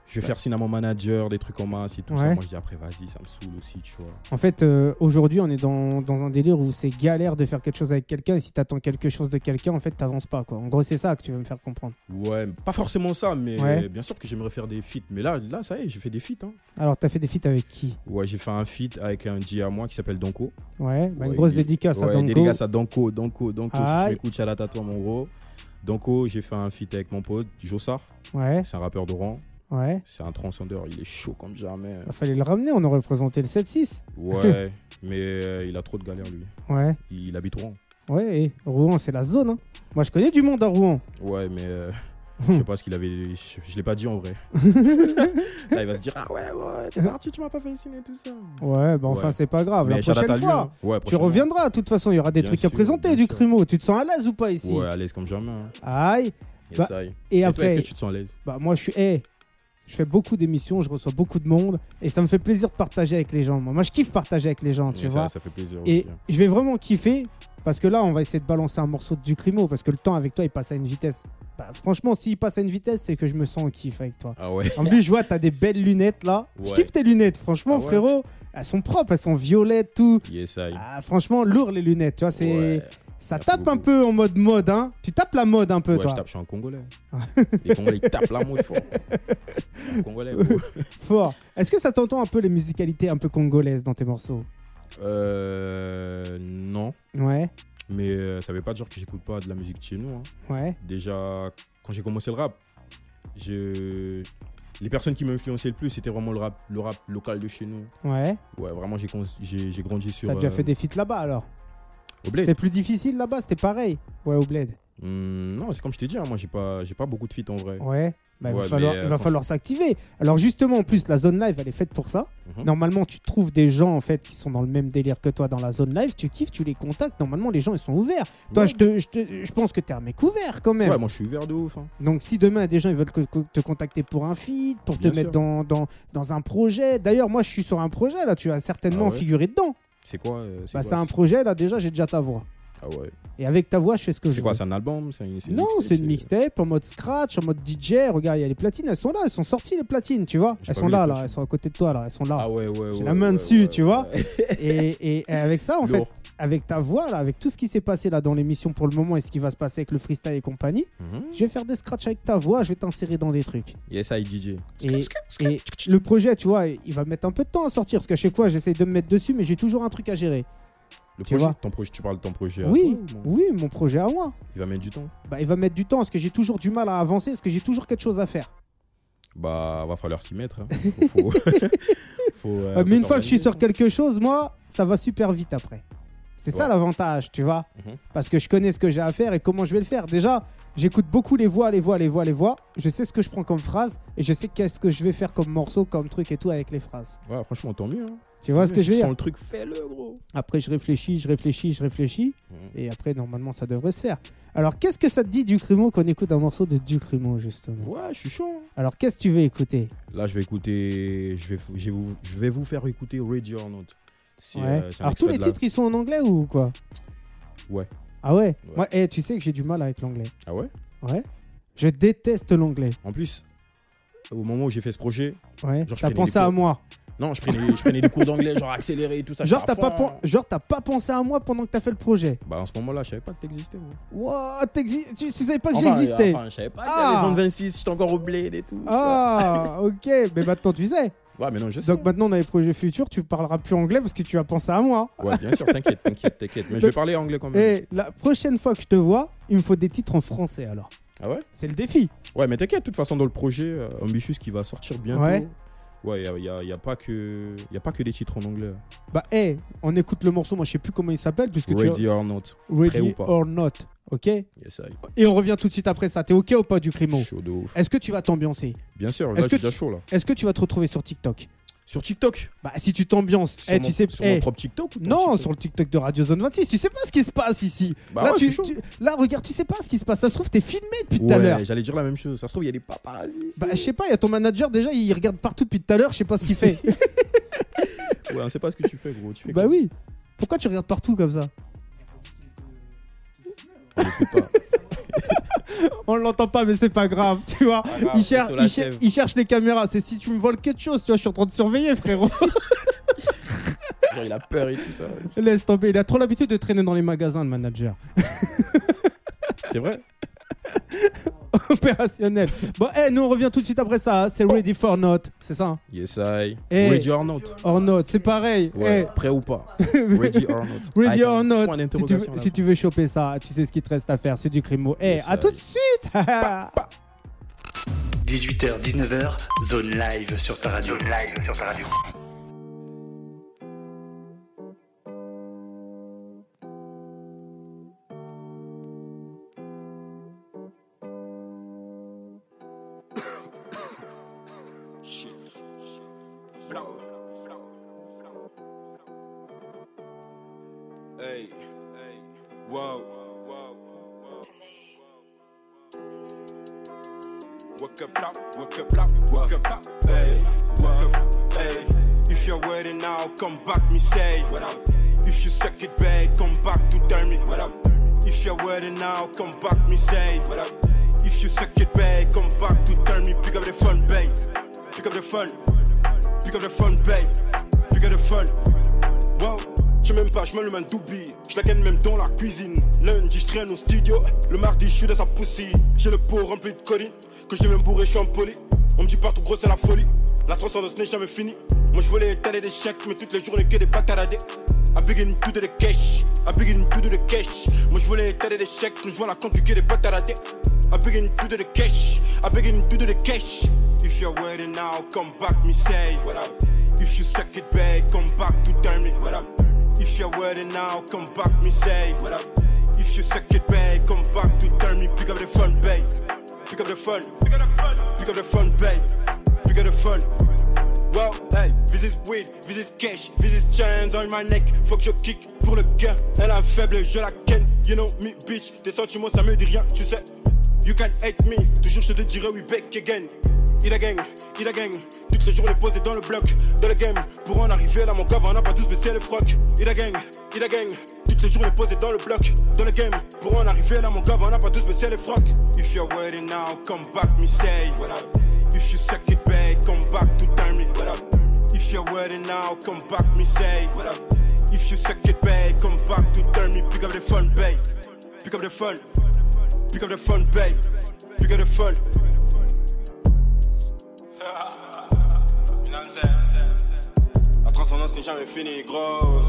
S3: Je vais faire signe à mon manager, des trucs en masse et tout ça.
S2: Bah. Ouais.
S3: Moi, je dis, après, vas-y, ça me saoule aussi, tu vois.
S2: En fait, euh, aujourd'hui, on est dans, dans un délire où c'est galère de faire quelque chose avec quelqu'un. Et si t'attends quelque chose de quelqu'un, en fait, t'avances pas. Quoi. En gros, c'est ça que tu veux me faire comprendre.
S3: Ouais, pas forcément ça, mais
S2: Ouais.
S3: bien sûr que j'aimerais faire des feats. Mais là, là ça y est, j'ai fait des feats. Hein.
S2: Alors, t'as fait des feats avec qui
S3: Ouais, j'ai fait un feat avec un DJ à moi qui s'appelle Donko.
S2: Ouais, bah, une
S3: Ouais,
S2: grosse
S3: dé-
S2: dédicace à
S3: ouais,
S2: Dango.
S3: dédicace à Donko, Donko, Donko. Si
S2: Aïe.
S3: tu m'écoutes, shout out à toi, mon gros. Donko, j'ai fait un feat avec mon pote Jossard.
S2: Ouais,
S3: C'est un rappeur d'Oran.
S2: ouais.
S3: C'est un transcendeur. Il est chaud comme jamais.
S2: Il fallait le ramener, on aurait présenté le 7-6.
S3: Ouais, mais euh, il a trop de galères, lui.
S2: Ouais,
S3: Il habite Rouen.
S2: ouais. et Rouen, c'est la zone. hein. Moi, je connais du monde à Rouen.
S3: Ouais, mais euh, je sais pas ce qu'il avait. Je, je l'ai pas dit en vrai. là, il va te dire Ah ouais, ouais, t'es parti, tu m'as pas fait signer tout ça.
S2: Ouais, bah enfin,
S3: Ouais.
S2: c'est pas grave.
S3: Mais
S2: la
S3: shout out à
S2: prochaine
S3: lui,
S2: fois,
S3: hein. Ouais,
S2: tu
S3: prochainement.
S2: reviendras. De toute façon, il y aura des
S3: Bien
S2: trucs à
S3: sûr,
S2: présenter
S3: bien
S2: du
S3: sûr.
S2: crimo. Tu te sens à l'aise ou pas ici
S3: Ouais, à l'aise comme jamais. hein.
S2: Aïe.
S3: Yes,
S2: Bah,
S3: aïe.
S2: Et,
S3: Et
S2: après,
S3: toi, est-ce que tu te sens à l'aise
S2: Bah moi je suis, hey, je fais beaucoup d'émissions, je reçois beaucoup de monde et ça me fait plaisir de partager avec les gens. Moi, moi je kiffe partager avec les gens, tu
S3: Ouais, ça,
S2: vois.
S3: ça fait plaisir
S2: et
S3: aussi. hein.
S2: je vais vraiment kiffer Parce que là, on va essayer de balancer un morceau du crimo, parce que le temps avec toi, il passe à une vitesse. Bah, franchement, s'il passe à une vitesse, c'est que je me sens en kiff avec toi.
S3: Ah ouais.
S2: En plus, je vois, t'as des belles lunettes là. Je
S3: Ouais.
S2: kiffe tes lunettes, franchement,
S3: Ah ouais.
S2: frérot. Elles sont propres, elles sont violettes, tout.
S3: Yes, I.
S2: Ah, franchement, lourd les lunettes, tu vois. C'est...
S3: Ouais.
S2: Ça
S3: Merci
S2: tape un
S3: beaucoup.
S2: peu en mode mode, hein. Tu tapes la mode un peu,
S3: Ouais,
S2: toi.
S3: je tape, je suis un Congolais.
S2: Ah.
S3: Les Congolais, ils tapent l'amour, ils font. Congolais, gros.
S2: Fort. Est-ce que ça t'entend un peu les musicalités un peu congolaises dans tes morceaux
S3: Euh. Non.
S2: Ouais,
S3: Mais euh, ça veut pas dire que j'écoute pas de la musique de chez nous. hein.
S2: ouais,
S3: Déjà, quand j'ai commencé le rap, je... les personnes qui m'influençaient le plus, c'était vraiment le rap, le rap local de chez nous.
S2: ouais.
S3: Ouais, vraiment, j'ai con- j'ai j'ai grandi sur.
S2: T'as déjà
S3: euh,
S2: fait des feats là-bas alors
S3: au bled.
S2: C'était plus difficile là-bas, c'était pareil. Ouais, au bled.
S3: Hmm, non, c'est comme je t'ai dit, hein, moi, j'ai pas, j'ai pas beaucoup de feats en vrai.
S2: Ouais. Bah, il va
S3: Ouais,
S2: falloir,
S3: mais, euh,
S2: il va
S3: quand-
S2: falloir s'activer. Alors justement, en plus, la zone live, elle est faite pour ça.
S3: Mhm.
S2: Normalement, tu trouves des gens en fait qui sont dans le même délire que toi dans la zone live, tu kiffes, tu les contactes. Normalement, les gens ils sont ouverts. Toi,
S3: Ouais.
S2: je, te, je, te- je pense que t'es un mec ouvert quand même.
S3: Ouais, moi, je suis ouvert de ouf. hein.
S2: Donc si demain des gens ils veulent co- co- te contacter pour un feed, pour
S3: Bien
S2: te
S3: sûr.
S2: mettre dans, dans, dans un projet. D'ailleurs, moi je suis sur un projet là, tu as certainement
S3: Ah ouais
S2: figuré dedans.
S3: C'est quoi euh,
S2: Bah
S3: quoi,
S2: c'est un projet là, déjà j'ai déjà ta voix.
S3: Ah ouais.
S2: Et avec ta voix, je fais ce que je
S3: C'est quoi,
S2: veux.
S3: c'est un album c'est une- c'est une
S2: Non,
S3: mixtape,
S2: c'est une mixtape en mode scratch, en mode DJ. Regarde, il y a les platines, elles sont là, elles sont sorties les platines, tu vois.
S3: J'ai
S2: Elles
S3: pas
S2: sont
S3: vu
S2: là,
S3: les
S2: là,
S3: platines.
S2: elles sont à côté de toi, là, elles sont là.
S3: Ah ouais, ouais,
S2: J'ai
S3: ouais,
S2: la main
S3: ouais,
S2: dessus,
S3: ouais,
S2: tu
S3: ouais.
S2: vois. Et, et- et avec ça, en fait,
S3: Lourd.
S2: avec ta voix, là, avec tout ce qui s'est passé là dans l'émission pour le moment et ce qui va se passer avec le freestyle et compagnie,
S3: Mhm.
S2: je vais faire des scratchs avec ta voix, je vais t'insérer dans des trucs.
S3: Yes, I DJ.
S2: Et, et le projet, tu vois, il va mettre un peu de temps à sortir parce qu'à chaque fois, j'essaye de me mettre dessus, mais j'ai toujours un truc à gérer.
S3: Le
S2: Tu
S3: projet,
S2: vois.
S3: ton projet, tu parles de ton projet. à
S2: Oui,
S3: toi ou non
S2: oui, mon projet à moi.
S3: Il va mettre du temps.
S2: Bah, il va mettre du temps parce que j'ai toujours du mal à avancer, parce que j'ai toujours quelque chose à faire.
S3: Bah, va falloir s'y mettre. hein. Faut, faut- faut, euh,
S2: Euh,
S3: faut
S2: mais une fois que je suis
S3: s'organiser.
S2: sur quelque chose, moi, ça va super vite après. C'est ça
S3: Ouais.
S2: l'avantage, tu vois.
S3: Mhm.
S2: Parce que je connais ce que j'ai à faire et comment je vais le faire. Déjà, j'écoute beaucoup les voix, les voix, les voix, les voix. Je sais ce que je prends comme phrase et je sais qu'est-ce que je vais faire comme morceau, comme truc et tout avec les phrases.
S3: Ouais, franchement, tant mieux. Hein.
S2: Tu vois
S3: Tant
S2: ce
S3: mieux,
S2: que
S3: si
S2: je veux
S3: tu
S2: dire
S3: sens le truc, fais-le, gros.
S2: Après, je réfléchis, je réfléchis, je réfléchis.
S3: Mhm.
S2: Et après, normalement, ça devrait se faire. Alors, qu'est-ce que ça te dit du Crimo qu'on écoute un morceau de Ducrimo, justement
S3: Ouais, je suis chaud. hein.
S2: Alors, qu'est-ce que tu veux écouter
S3: Là, je vais écouter. Je vais, f- je vais vous, je vais vous faire écouter Radio Arnaud. C'est,
S2: Ouais.
S3: euh, c'est un
S2: Alors, tous
S3: extrait
S2: les
S3: de la-
S2: titres, ils sont en anglais ou quoi
S3: Ouais.
S2: Ah ouais,
S3: Ouais.
S2: Moi, eh, tu sais que j'ai du mal avec l'anglais.
S3: Ah ouais
S2: Ouais. Je déteste l'anglais.
S3: En plus, au moment où j'ai fait ce projet,
S2: Ouais.
S3: Genre, je
S2: T'as
S3: prenais
S2: pensé
S3: des
S2: à
S3: cours.
S2: moi.
S3: non, je prenais, je prenais des cours d'anglais, genre accéléré et tout ça.
S2: Genre,
S3: j'étais à
S2: t'as pas,
S3: fond.
S2: pen- Genre, t'as pas pensé à moi pendant que t'as fait le projet.
S3: Bah, en ce moment-là, je savais pas que t'existais. gros.
S2: Wow, t'exi- tu, tu savais pas que
S3: Enfin, euh,
S2: j'existais.
S3: Enfin, je savais pas.
S2: Ah.
S3: Ah. les gens de 26, j'étais encore au bled et tout. tu
S2: Ah, ok. Mais maintenant, tu sais.
S3: vois. Ouais, mais non, je sais.
S2: Donc, maintenant, on a les projets futurs. Tu parleras plus anglais parce que tu as pensé à moi.
S3: Ouais, bien sûr, t'inquiète, t'inquiète, t'inquiète. Mais je
S2: bah- Donc-
S3: vais parler anglais quand même.
S2: Et la prochaine fois que je te vois, il me faut des titres en français alors.
S3: Ah ouais
S2: C'est le défi.
S3: Ouais, mais t'inquiète, de toute façon, dans le projet euh, Ambitious qui va sortir bientôt.
S2: Ouais.
S3: Ouais, il n'y a, y a pas que y a pas que des titres en anglais.
S2: Bah, hé, on écoute le morceau. Moi, je sais plus comment il s'appelle puisque tu
S3: Ready or not.
S2: as Ready
S3: prêt ou pas
S2: or Not. Ok Et
S3: Yes, I.
S2: on revient tout de suite après ça. T'es ok ou pas du crimo
S3: Chaud de ouf.
S2: Est-ce que tu vas t'ambiancer
S3: Bien sûr,
S2: Eh,
S3: là,
S2: Est-ce
S3: je
S2: que
S3: suis déjà
S2: tu-
S3: chaud là.
S2: Est-ce que tu vas te retrouver sur TikTok
S3: Sur TikTok
S2: Bah, si tu t'ambiances,
S3: Sur
S2: eh,
S3: mon-
S2: tu sais.
S3: Sur
S2: eh,
S3: mon propre TikTok ou ton
S2: non,
S3: TikTok
S2: sur le TikTok de Radio Zone 26, tu sais pas ce qui se passe ici.
S3: Bah
S2: là,
S3: ouais,
S2: tu,
S3: je suis chaud.
S2: tu- là, regarde, tu sais pas ce qui se passe. Ça se trouve, t'es filmé depuis tout à l'heure.
S3: Ouais, j'allais dire la même chose. Ça se trouve, il y a des paparazzi. ici.
S2: Bah, je sais pas, il y a ton manager déjà, il regarde partout depuis tout à l'heure, je sais pas ce qu'il fait.
S3: Ouais, on sait pas ce que tu fais, gros. Tu fais
S2: bah
S3: quoi
S2: oui. Pourquoi tu regardes partout comme ça
S3: On l'écoute pas.
S2: On l'entend pas, mais c'est pas grave, tu vois.
S3: grave,
S2: il,
S3: c'est
S2: cherche,
S3: Ah, sur la
S2: il, cher-
S3: chèvre.
S2: il cherche les caméras. C'est si tu me voles quelque chose, tu vois, je suis en train de surveiller, frérot.
S3: Genre, il a peur et tout ça.
S2: Laisse tomber, il a trop l'habitude de traîner dans les magasins, le manager.
S3: C'est vrai
S2: Opérationnel. Bon, eh, nous on revient tout de suite après ça. hein.
S3: Oh.
S2: C'est Ready for Not, c'est ça hein
S3: Yes, I.
S2: Eh.
S3: Ready or not.
S2: Or Not, c'est pareil.
S3: Ouais,
S2: Eh,
S3: prêt ou pas Ready or not.
S2: Ready
S3: Avec
S2: or
S3: un
S2: not,
S3: point
S2: si tu,
S3: d'interrogation à
S2: veux,
S3: la
S2: si
S3: fin.
S2: tu veux choper ça, tu sais ce qu'il te reste à faire, c'est du crimo. Eh,
S3: Yes,
S2: à
S3: I.
S2: tout de suite
S1: 18h, 19h, zone live sur ta radio. Zone live sur ta radio.
S5: Hey, hey, wow, wow, wow. Wake up, up, wake up, up, wake up, up. Hey, wake up, hey. If you're waiting now, come back, me say. What up? If you suck it bad, come back to tell me what up. If you're ready now, come back me say what up. If you suck it bad, come back to tell me pick up the phone, babe. Pick up the phone, pick up the phone, babe. Pick up the phone. Wow. Je sais même pas, je me le mène doubi, je la gagne même dans la cuisine. Lundi, je traîne au studio, le mardi, je suis dans sa poussée. J'ai le pot rempli de collines, que je l'ai même bourré, je suis impoli. On me dit partout, gros, c'est la folie. La transcendance n'est jamais finie. Moi, je voulais étaler des chèques, mais toutes les journées que des bataradés. I begin to do the cash, I begin to do the cash. Moi, je voulais étaler des chèques, mais je vois la compte que des bataradés. I begin to do the cash, I begin to do the cash. If you're waiting now, come back, me say what up. If you suck it bad, come back to tell me what up. If you're waiting now, come back, me say what up. If you suck it bad, come back to tell me pick up the phone, babe. Pick up the phone, pick up the phone, pick up the phone, babe. Pick up the phone. Wow, hey, this is weed, this is cash, this is chains on my neck. Faut que je kick pour le gain. Elle a faible, je la ken. You know me, bitch. Tes sentiments, ça me dit rien, tu sais. You can hate me, toujours je te dirai we back again. Il a gang, il a gang. Toutes les jours, les posé dans le bloc, dans le game. Pour en arriver là, mon gars, on n'a pas tous baissé les frocs. Il a gang, il a gang. Toutes les jours, les posé dans le bloc, dans le game. Pour en arriver là, mon gars, on n'a pas tous baissé les frocs. If you're waiting now, come back, me say what up. If you suck it bad, come back to tell me what up. If you're waiting now, come back, me say what up. If you suck it bad, come back to tell me pick up the phone, babe. Pick up the phone, pick up the phone, babe. Pick up the phone. You know what I'm saying? La transcendance n'est jamais finie, gros.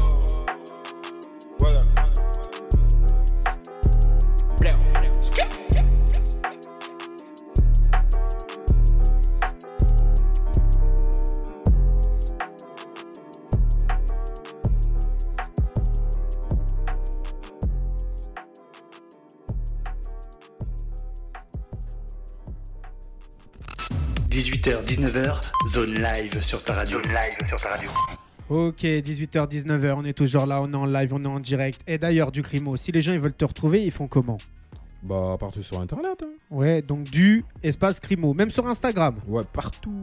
S5: Voilà. Blam. Skip.
S1: h 19h, zone live sur ta radio. live sur ta radio.
S2: Ok, 18h, 19h, on est toujours là, on est en live, on est en direct. Et d'ailleurs, du Crimo, si les gens ils veulent te retrouver, ils font comment
S3: Bah, partout sur internet. hein.
S2: Ouais, donc du espace Crimo, même sur Instagram,
S3: Ouais, partout.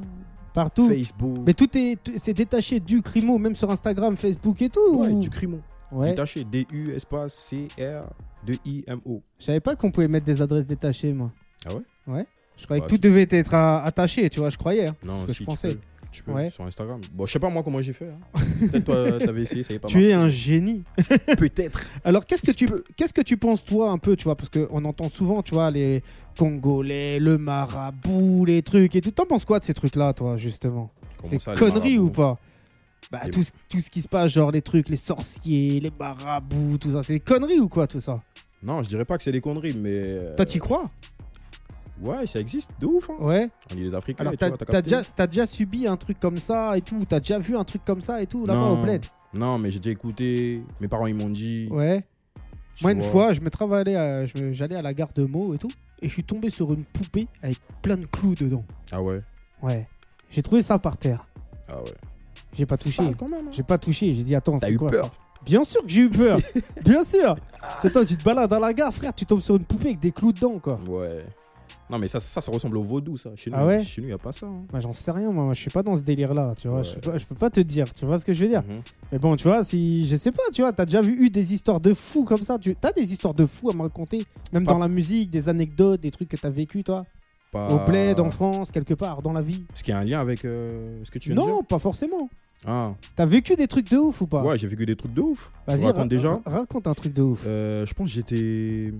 S2: partout.
S3: Facebook.
S2: Mais tout est, tout- c'est détaché du Crimo, même sur Instagram, Facebook et tout.
S3: Ouais,
S2: ou-
S3: du crimo.
S2: Ouais.
S3: Détaché. D-U espace C-R-D-I-M-O.
S2: Je savais pas qu'on pouvait mettre des adresses détachées, moi.
S3: Ah ouais
S2: Ouais. Je croyais
S3: Bah,
S2: que tout devait être à- attaché, tu vois, je croyais. hein, c'est
S3: Non,
S2: ce que
S3: si,
S2: je
S3: tu
S2: pensais.
S3: peux. Tu peux,
S2: Ouais.
S3: sur Instagram. Bon, je sais pas moi comment j'ai fait. hein. Peut-être toi, t'avais essayé, ça y est pas
S2: Tu es un génie.
S3: un peut-être.
S2: Alors qu'est-ce que
S3: Il se
S2: tu
S3: peut.
S2: qu'est-ce que tu penses toi un peu tu vois parce qu'on entend souvent tu vois les Congolais le marabout les trucs et tout t'en penses quoi de ces trucs là toi justement
S3: Comment
S2: c'est
S3: ça, les
S2: conneries ou
S3: marabouts
S2: pas bah
S3: Les-
S2: tout, ce- tout ce qui se passe genre les trucs les sorciers les marabouts tout ça c'est des conneries ou quoi tout ça
S3: Non, je dirais pas que c'est des conneries, mais. euh,
S2: toi t'y crois
S3: Ouais, ça existe de ouf. hein.
S2: ouais
S3: On est des Africains.
S2: alors
S3: et
S2: t'as
S3: tout,
S2: t'as
S3: capté
S2: déjà t'as déjà subi un truc comme ça et tout t'as déjà vu un truc comme ça et tout là-bas
S3: Non.
S2: au bled
S3: Non, mais j'ai déjà écouté. Mes parents, ils m'ont dit.
S2: ouais
S3: tu
S2: Moi, une
S3: vois.
S2: fois, je me travaillais, à- je me- j'allais à la gare de Meaux et tout, et je suis tombé sur une poupée avec plein de clous dedans.
S3: Ah ouais.
S2: Ouais. J'ai trouvé ça par terre.
S3: Ah ouais.
S2: J'ai pas touché.
S3: Sale quand même. hein.
S2: J'ai pas touché. J'ai dit, attends,
S3: T'as
S2: c'est
S3: eu
S2: quoi
S3: peur.
S2: ça Bien sûr que j'ai eu peur. Bien sûr. Attends, tu te balades dans la gare, frère, tu tombes sur une poupée avec des clous dedans, quoi.
S3: Ouais. Non, mais ça, ça, ça ressemble au vaudou, ça. Chez nous,
S2: Ah ouais
S3: chez nous, y a pas ça. hein.
S2: Moi, j'en sais rien, moi. Moi, Je suis pas dans ce délire-là, tu vois. Je, suis
S3: Ouais.
S2: pas- je peux pas te dire. Tu vois ce que je veux dire
S3: Mhm.
S2: Mais bon, tu vois, si. Je sais pas, tu vois, t'as déjà vu eu des histoires de fous comme ça. Tu as des histoires de fous à me raconter, même
S3: Pas-
S2: dans la musique, des anecdotes, des trucs que t'as vécu, toi
S3: Pas-
S2: Au bled, en France, quelque part, dans la vie
S3: Est-ce qu'il y a un lien avec euh, ce que tu viens de dire
S2: Non, pas forcément.
S3: Ah.
S2: T'as vécu des trucs de ouf ou pas
S3: Ouais, j'ai vécu des trucs de ouf. Je
S2: Vas-y,
S3: vous raconte
S2: ra-
S3: déjà.
S2: ra- raconte un truc de ouf.
S3: Euh, je pense que j'étais.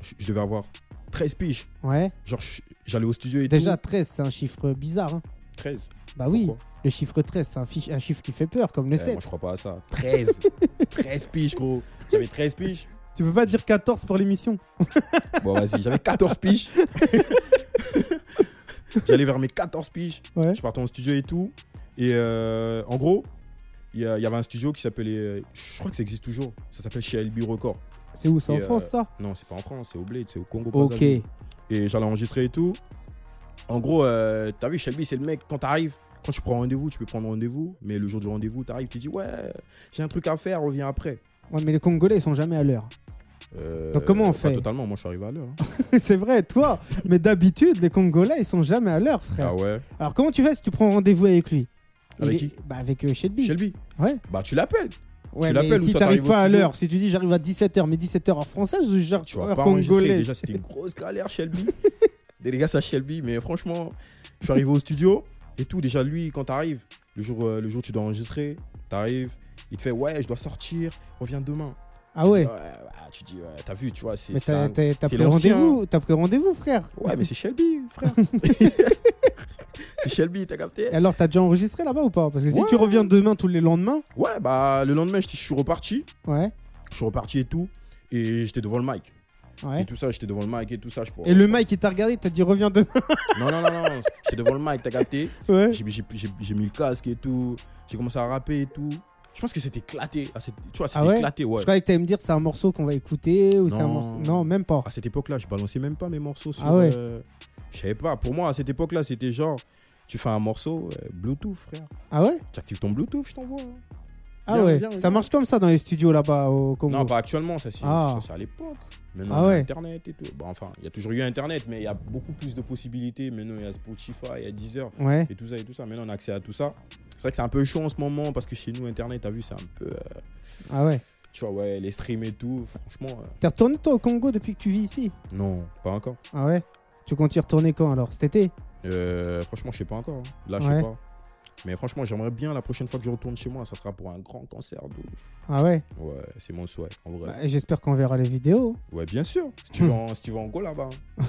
S3: Je je devais avoir 13 piges.
S2: Ouais.
S3: Genre, je- j'allais au studio et
S2: Déjà,
S3: tout.
S2: 13, c'est un chiffre bizarre. hein.
S3: 13.
S2: Bah oui,
S3: Pourquoi
S2: le chiffre 13, c'est un, fiche- un chiffre qui fait peur, comme le
S3: Eh,
S2: 7.
S3: Moi, je crois pas à ça. 13. 13 piges, gros. J'avais 13 piges.
S2: Tu peux pas dire 14 pour l'émission
S3: Bon, vas-y, j'avais 14 piges. j'allais vers mes 14 piges.
S2: Ouais.
S3: Je partais en studio et tout. Et euh, en gros, il y, a- il y avait un studio qui s'appelait. euh, Je crois que ça existe toujours. Ça s'appelle chez LB Record.
S2: C'est où C'est en
S3: Et, euh,
S2: France, ça
S3: Non, c'est pas en France, c'est au Blade, c'est au Congo.
S2: Ok.
S3: Brazzaville. et j'allais enregistrer et tout. En gros, euh, t'as vu, Shelby, c'est le mec, quand t'arrives, quand tu prends rendez-vous, tu peux prendre rendez-vous, mais le jour du rendez-vous, t'arrives, tu dis, ouais, j'ai un truc à faire, reviens après.
S2: Ouais, mais les Congolais, ils sont jamais à l'heure.
S3: Euh,
S2: Donc, comment on
S3: pas
S2: fait
S3: Totalement, moi je suis arrivé à l'heure. hein.
S2: c'est vrai, toi. Mais d'habitude, les Congolais, ils sont jamais à l'heure, frère.
S3: ah ouais
S2: Alors, comment tu fais si tu prends rendez-vous avec lui
S3: Avec
S2: Il est-
S3: qui
S2: Bah, avec euh, Shelby.
S3: Shelby
S2: Ouais.
S3: Bah tu l'appelles
S2: Ouais,
S3: Tu
S2: mais
S3: l'appelles ou
S2: si
S3: ça
S2: t'arrives
S3: t'arrive au
S2: pas à
S3: studio
S2: l'heure, si tu dis j'arrive à 17h, mais 17h en française ou genre
S3: Tu vas
S2: heure
S3: pas enregistrer.
S2: congolaise
S3: Déjà, c'était une grosse galère, Shelby. Des gars, à Shelby. Mais franchement, je suis arrivé au studio et tout. Déjà, lui, quand t'arrives, le jour, euh, le jour où tu dois enregistrer, t'arrives, il te fait Ouais, je dois sortir, reviens demain.
S2: Ah ouais,
S3: bah, Tu dis Ouais, t'as vu, tu vois, c'est.
S2: mais
S3: c'est
S2: t'as
S3: un-
S2: t'as- t'as
S3: c'est
S2: pris
S3: l'ancien. hein.
S2: rendez-vous, t'as pris rendez-vous frère.
S3: Ouais, mais c'est Shelby, frère. c'est Shelby, t'as capté
S2: Et alors t'as déjà enregistré là-bas ou pas Parce que si
S3: Ouais.
S2: tu reviens demain tous les lendemains,
S3: Ouais, bah, le lendemain, je je suis reparti.
S2: ouais,
S3: Je suis reparti et tout. Et j'étais devant le mic.
S2: ouais.
S3: Et tout ça, j'étais devant le mic et tout ça. Je
S2: Et le mec il t'a regardé, il t'a dit reviens demain.
S3: Non, non, non, non. J'étais devant le mic, t'as capté
S2: Ouais.
S3: J'ai- j'ai- J'ai j'ai mis le casque et tout. J'ai commencé à rapper et tout. Je pense que c'était éclaté. à cette- tu vois, c'était
S2: Ah ouais
S3: éclaté, ouais.
S2: Je croyais que t'allais me dire c'est un morceau qu'on va écouter ou c'est un
S3: Non.
S2: morceau. Non, même pas.
S3: À cette époque-là, je balançais même pas mes morceaux sur.
S2: Ah ouais.
S3: euh, je savais pas. Pour moi, à cette époque-là, c'était genre. Tu fais un morceau, euh, Bluetooth, frère.
S2: Ah ouais
S3: Tu actives ton Bluetooth, je t'envoie. hein.
S2: Ah
S3: Viens,
S2: ouais.
S3: viens, viens.
S2: Ça marche comme ça dans les studios là-bas au Congo.
S3: Non, pas actuellement, ça c'est
S2: Oh. Ah.
S3: ça, c'est à l'époque. Maintenant,
S2: Ah
S3: il y a
S2: ouais.
S3: Internet et tout. Bon, enfin, il y a toujours eu Internet, mais il y a beaucoup plus de possibilités. Maintenant, il y a Spotify, il y a Deezer.
S2: Ouais.
S3: et tout ça et tout ça. Maintenant, on a accès à tout ça. C'est vrai que c'est un peu chaud en ce moment parce que chez nous, Internet, t'as vu, c'est un peu. euh,
S2: Ah ouais.
S3: tu vois, ouais, les streams et tout, franchement. euh,
S2: T'es retourné toi au Congo depuis que tu vis ici
S3: non, pas encore.
S2: Ah ouais Tu comptes y retourner quand alors Cet été
S3: Euh, franchement, je sais pas encore. hein. Là, je
S2: Ouais.
S3: sais pas. Mais franchement, j'aimerais bien la prochaine fois que je retourne chez moi, ça sera pour un grand concert. de ouf.
S2: Ah ouais
S3: Ouais, c'est mon souhait, en vrai.
S2: Bah, J'espère qu'on verra les vidéos.
S3: Ouais, bien sûr. Si
S2: Hmm.
S3: tu vas en, si tu vas en go là-bas, hein,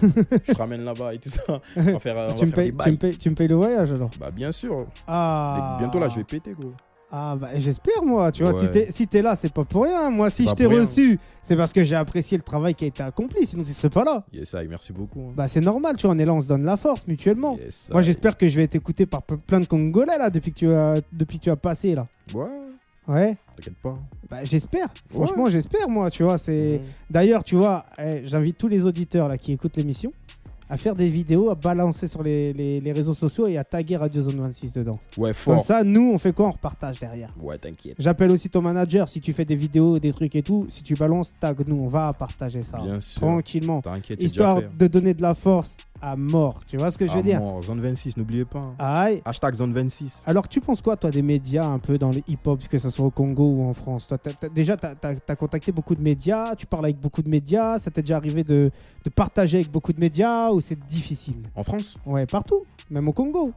S3: je te ramène là-bas et tout ça. On va faire, euh, on va
S2: tu, me
S3: faire
S2: payes, tu,
S3: des
S2: me
S3: bails.
S2: payes, tu me payes le voyage alors
S3: Bah, bien sûr.
S2: Ah
S3: Bientôt là, je vais péter, gros.
S2: Ah bah j'espère moi, tu vois,
S3: Ouais.
S2: si t'es si t'es là, c'est pas pour rien. Moi, si
S3: C'est
S2: je
S3: pas
S2: t'ai
S3: pour rien.
S2: reçu, c'est parce que j'ai apprécié le travail qui a été accompli, sinon tu serais pas là.
S3: Yes, aïe, merci beaucoup. hein.
S2: Bah c'est normal, tu vois, on est là, on se donne la force mutuellement.
S3: Yes,
S2: Moi
S3: aïe.
S2: j'espère que je vais être écouté par pe- plein de Congolais là depuis que tu as depuis que tu as passé là.
S3: Ouais,
S2: Ouais.
S3: t'inquiète pas.
S2: Bah j'espère. Franchement j'espère moi, tu vois. C'est
S3: Mhm.
S2: d'ailleurs tu vois, eh, j'invite tous les auditeurs là qui écoutent l'émission à faire des vidéos, à balancer sur les, les- les réseaux sociaux et à taguer Radio Zone 26 dedans.
S3: Ouais,
S2: Comme
S3: fort.
S2: ça, nous on fait quoi On repartage derrière.
S3: Ouais, t'inquiète.
S2: J'appelle aussi ton manager si tu fais des vidéos, des trucs et tout. Si tu balances, tag nous, on va partager ça
S3: Bien sûr.
S2: tranquillement,
S3: T'inquiète, c'est déjà
S2: histoire hein.
S3: fait.
S2: de donner de la force à mort. Tu vois ce que je veux
S3: Ah,
S2: dire
S3: mort. Zone 26, n'oubliez pas. hein.
S2: Aïe.
S3: Hashtag Zone 26.
S2: Alors, tu penses quoi, toi, des médias un peu dans le hip-hop, que ce soit au Congo ou en France toi, t'as- t'as- Déjà, tu as, contacté beaucoup de médias, tu parles avec beaucoup de médias, ça t'est déjà arrivé de, de partager avec beaucoup de médias ou c'est difficile
S3: En France,
S2: Ouais, partout, même au Congo.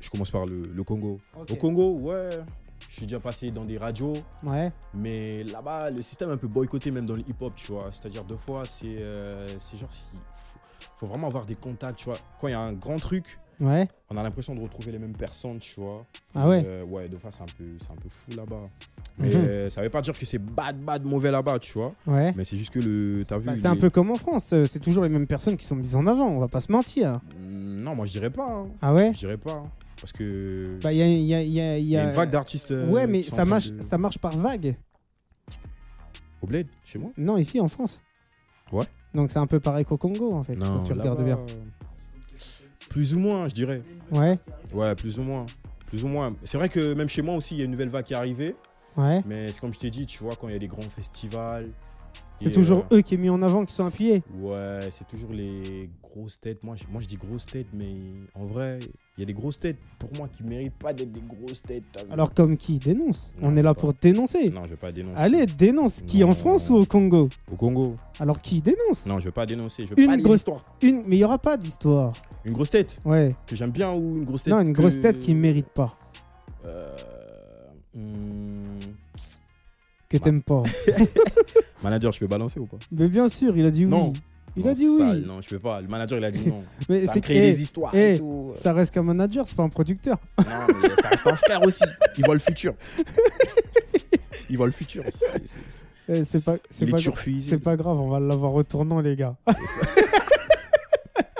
S3: je commence par le, le Congo. Au Congo, ouais, je suis déjà passé dans des radios,
S2: Ouais,
S3: mais là-bas, le système est un peu boycotté, même dans le hip-hop, tu vois. C'est-à-dire, deux fois, c'est euh, c'est genre, si- faut, faut vraiment avoir des contacts, tu vois. Quand il y a un grand truc,
S2: ouais.
S3: on a l'impression de retrouver les mêmes personnes, tu vois.
S2: Ah ouais
S3: Euh, ouais, deux fois, c'est un, peu- c'est un peu fou là-bas. Mais
S2: Mhm.
S3: euh, ça veut pas dire que c'est bad, bad, mauvais là-bas, tu vois.
S2: Ouais.
S3: Mais c'est juste que le. T'as vu.
S2: Bah, c'est un
S3: les-
S2: peu comme en France, euh, c'est toujours les mêmes personnes qui sont mises en avant, on va pas se mentir.
S3: Mm, Non, moi je dirais pas. hein.
S2: Ah ouais
S3: Je dirais pas. hein. Parce que.
S2: Bah, il y a, il y a- il y a- il
S3: il
S2: y
S3: y
S2: a-
S3: a une vague d'artistes. euh,
S2: Ouais, mais
S3: qui sont
S2: ça
S3: en train
S2: marche,
S3: de-
S2: ça marche par vague.
S3: Au bled, chez moi
S2: Non, ici en France.
S3: Ouais.
S2: Donc c'est un peu pareil qu'au Congo en fait, quand tu
S3: là-bas,
S2: regardes bien.
S3: Plus ou moins, je dirais.
S2: Ouais,
S3: Ouais, plus ou moins. Plus ou moins. C'est vrai que même chez moi aussi, il y a une nouvelle vague qui est arrivée.
S2: ouais.
S3: Mais c'est comme je t'ai dit, tu vois, quand il y a des grands festivals.
S2: C'est
S3: et,
S2: toujours
S3: euh,
S2: eux qui est mis en avant, qui sont appuyés.
S3: Ouais, c'est toujours les grosses têtes. Moi je, moi, je dis grosses têtes, mais en vrai, il y a des grosses têtes pour moi qui méritent pas d'être des grosses têtes. t'as vu.
S2: Alors comme qui dénonce
S3: Mm. Non,
S2: On est là
S3: pas.
S2: pour dénoncer.
S3: Non, je vais pas dénoncer.
S2: Allez, dénonce. Qui en
S3: Non.
S2: France ou au Congo
S3: Au Congo.
S2: Alors qui dénonce
S3: Non, je veux pas dénoncer. Je veux
S2: Une
S3: pas les
S2: grosse-
S3: histoires.
S2: Une, mais il y aura pas d'histoire.
S3: Une grosse tête
S2: Ouais.
S3: que j'aime bien ou une grosse tête
S2: Non, une
S3: que-
S2: grosse tête qui mérite pas,
S3: Euh, hmm,
S2: que
S3: Bah.
S2: t'aimes pas.
S3: Manager, je peux balancer ou pas
S2: Mais bien sûr, il a dit oui.
S3: Non.
S2: Il
S3: Non,
S2: a dit oui.
S3: Oh, sale, Non, je peux pas. Le manager, il a dit non.
S2: Mais
S3: ça
S2: c'est-
S3: me crée
S2: eh,
S3: des histoires
S2: eh,
S3: et tout.
S2: Ça reste qu'un manager, c'est pas un producteur.
S3: Non, mais ça reste un frère aussi. Il voit le futur. Il voit le futur. C'est- c'est-
S2: Eh, C'est pas, c'est
S3: il
S2: pas,
S3: est
S2: gra-
S3: turfisé.
S2: c'est pas grave, on va l'avoir au tournant, les gars.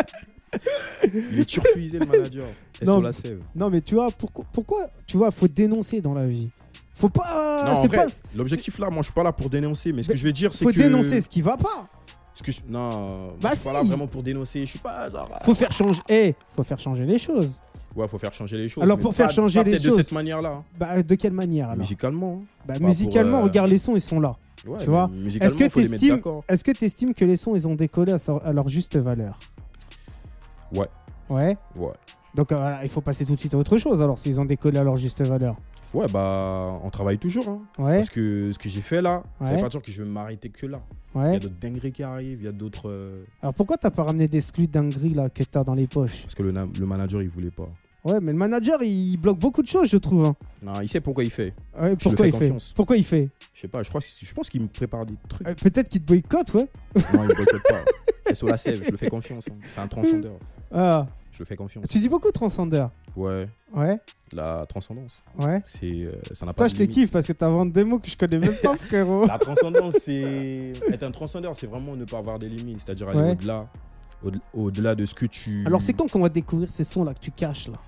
S3: Il est turfisé, le manager. Et
S2: Non,
S3: sur la sève.
S2: non, mais tu vois, pourquoi, pourquoi tu vois, faut dénoncer dans la vie. Faut pas.
S3: non, en
S2: Ah, c'est
S3: vrai,
S2: pas-
S3: l'objectif là, moi je suis pas là pour dénoncer, mais ce
S2: Mais
S3: que je veux dire, c'est
S2: faut
S3: que.
S2: dénoncer ce qui va pas.
S3: ce que je- Non,
S2: Bah
S3: je suis pas là
S2: si.
S3: vraiment pour dénoncer. Je suis pas genre. ah.
S2: Faut faire changer. eh, faut faire changer les choses.
S3: Ouais, faut faire changer les choses.
S2: Alors,
S3: mais
S2: pour faire
S3: pas-
S2: changer
S3: pas
S2: les
S3: peut-être
S2: choses.
S3: de cette manière-là. hein.
S2: Bah, de quelle manière alors
S3: Musicalement. hein.
S2: Bah,
S3: pour,
S2: musicalement,
S3: euh,
S2: regarde les sons, ils sont là.
S3: Ouais,
S2: Tu
S3: mais
S2: vois Est-ce
S3: Musicalement,
S2: que
S3: faut les mettre
S2: t'estimes,
S3: d'accord.
S2: est-ce que t'estimes que les sons, ils ont décollé à leur, à leur juste valeur
S3: Ouais.
S2: Ouais.
S3: Ouais.
S2: Donc euh, voilà, il faut passer tout de suite à autre chose alors s'ils ont décollé à leur juste valeur.
S3: Ouais, bah, on travaille toujours. hein.
S2: Ouais,
S3: Parce que ce que j'ai fait là, ça
S2: Ouais.
S3: veut pas dire que je vais m'arrêter que là. Il y a
S2: ouais.
S3: d'autres dingueries qui arrivent, il y a d'autres. euh,
S2: Alors pourquoi t'as pas ramené des sclus dingueries là que t'as dans les poches
S3: Parce que le, na- le manager, il voulait pas.
S2: Ouais, mais le manager il bloque beaucoup de choses, je trouve. hein.
S3: Non, il sait pourquoi il fait.
S2: Ouais, pourquoi
S3: fais
S2: il fait
S3: confiance.
S2: Pourquoi il fait
S3: Je sais pas, je, crois, que- je pense qu'il me prépare des trucs.
S2: Euh, Peut-être qu'il te boycotte, ouais.
S3: Non, il me boycotte pas. C'est sur la sève, je le fais confiance. hein. C'est un transcendeur.
S2: Ah,
S3: Je le fais confiance.
S2: tu dis beaucoup Transcender.
S3: Ouais,
S2: Ouais, la
S3: la transcendance.
S2: ouais.
S3: C'est, euh, ça n'a
S2: Toi,
S3: pas de
S2: je te
S3: limite.
S2: kiffe parce que t'inventes des mots que je connais même pas, frérot.
S3: La transcendance, c'est. Être un transcendeur, c'est vraiment ne pas avoir des limites, c'est-à-dire aller
S2: Ouais.
S3: au-delà. au- Au-delà de ce que tu.
S2: Alors, c'est quand qu'on va découvrir ces sons là que tu caches là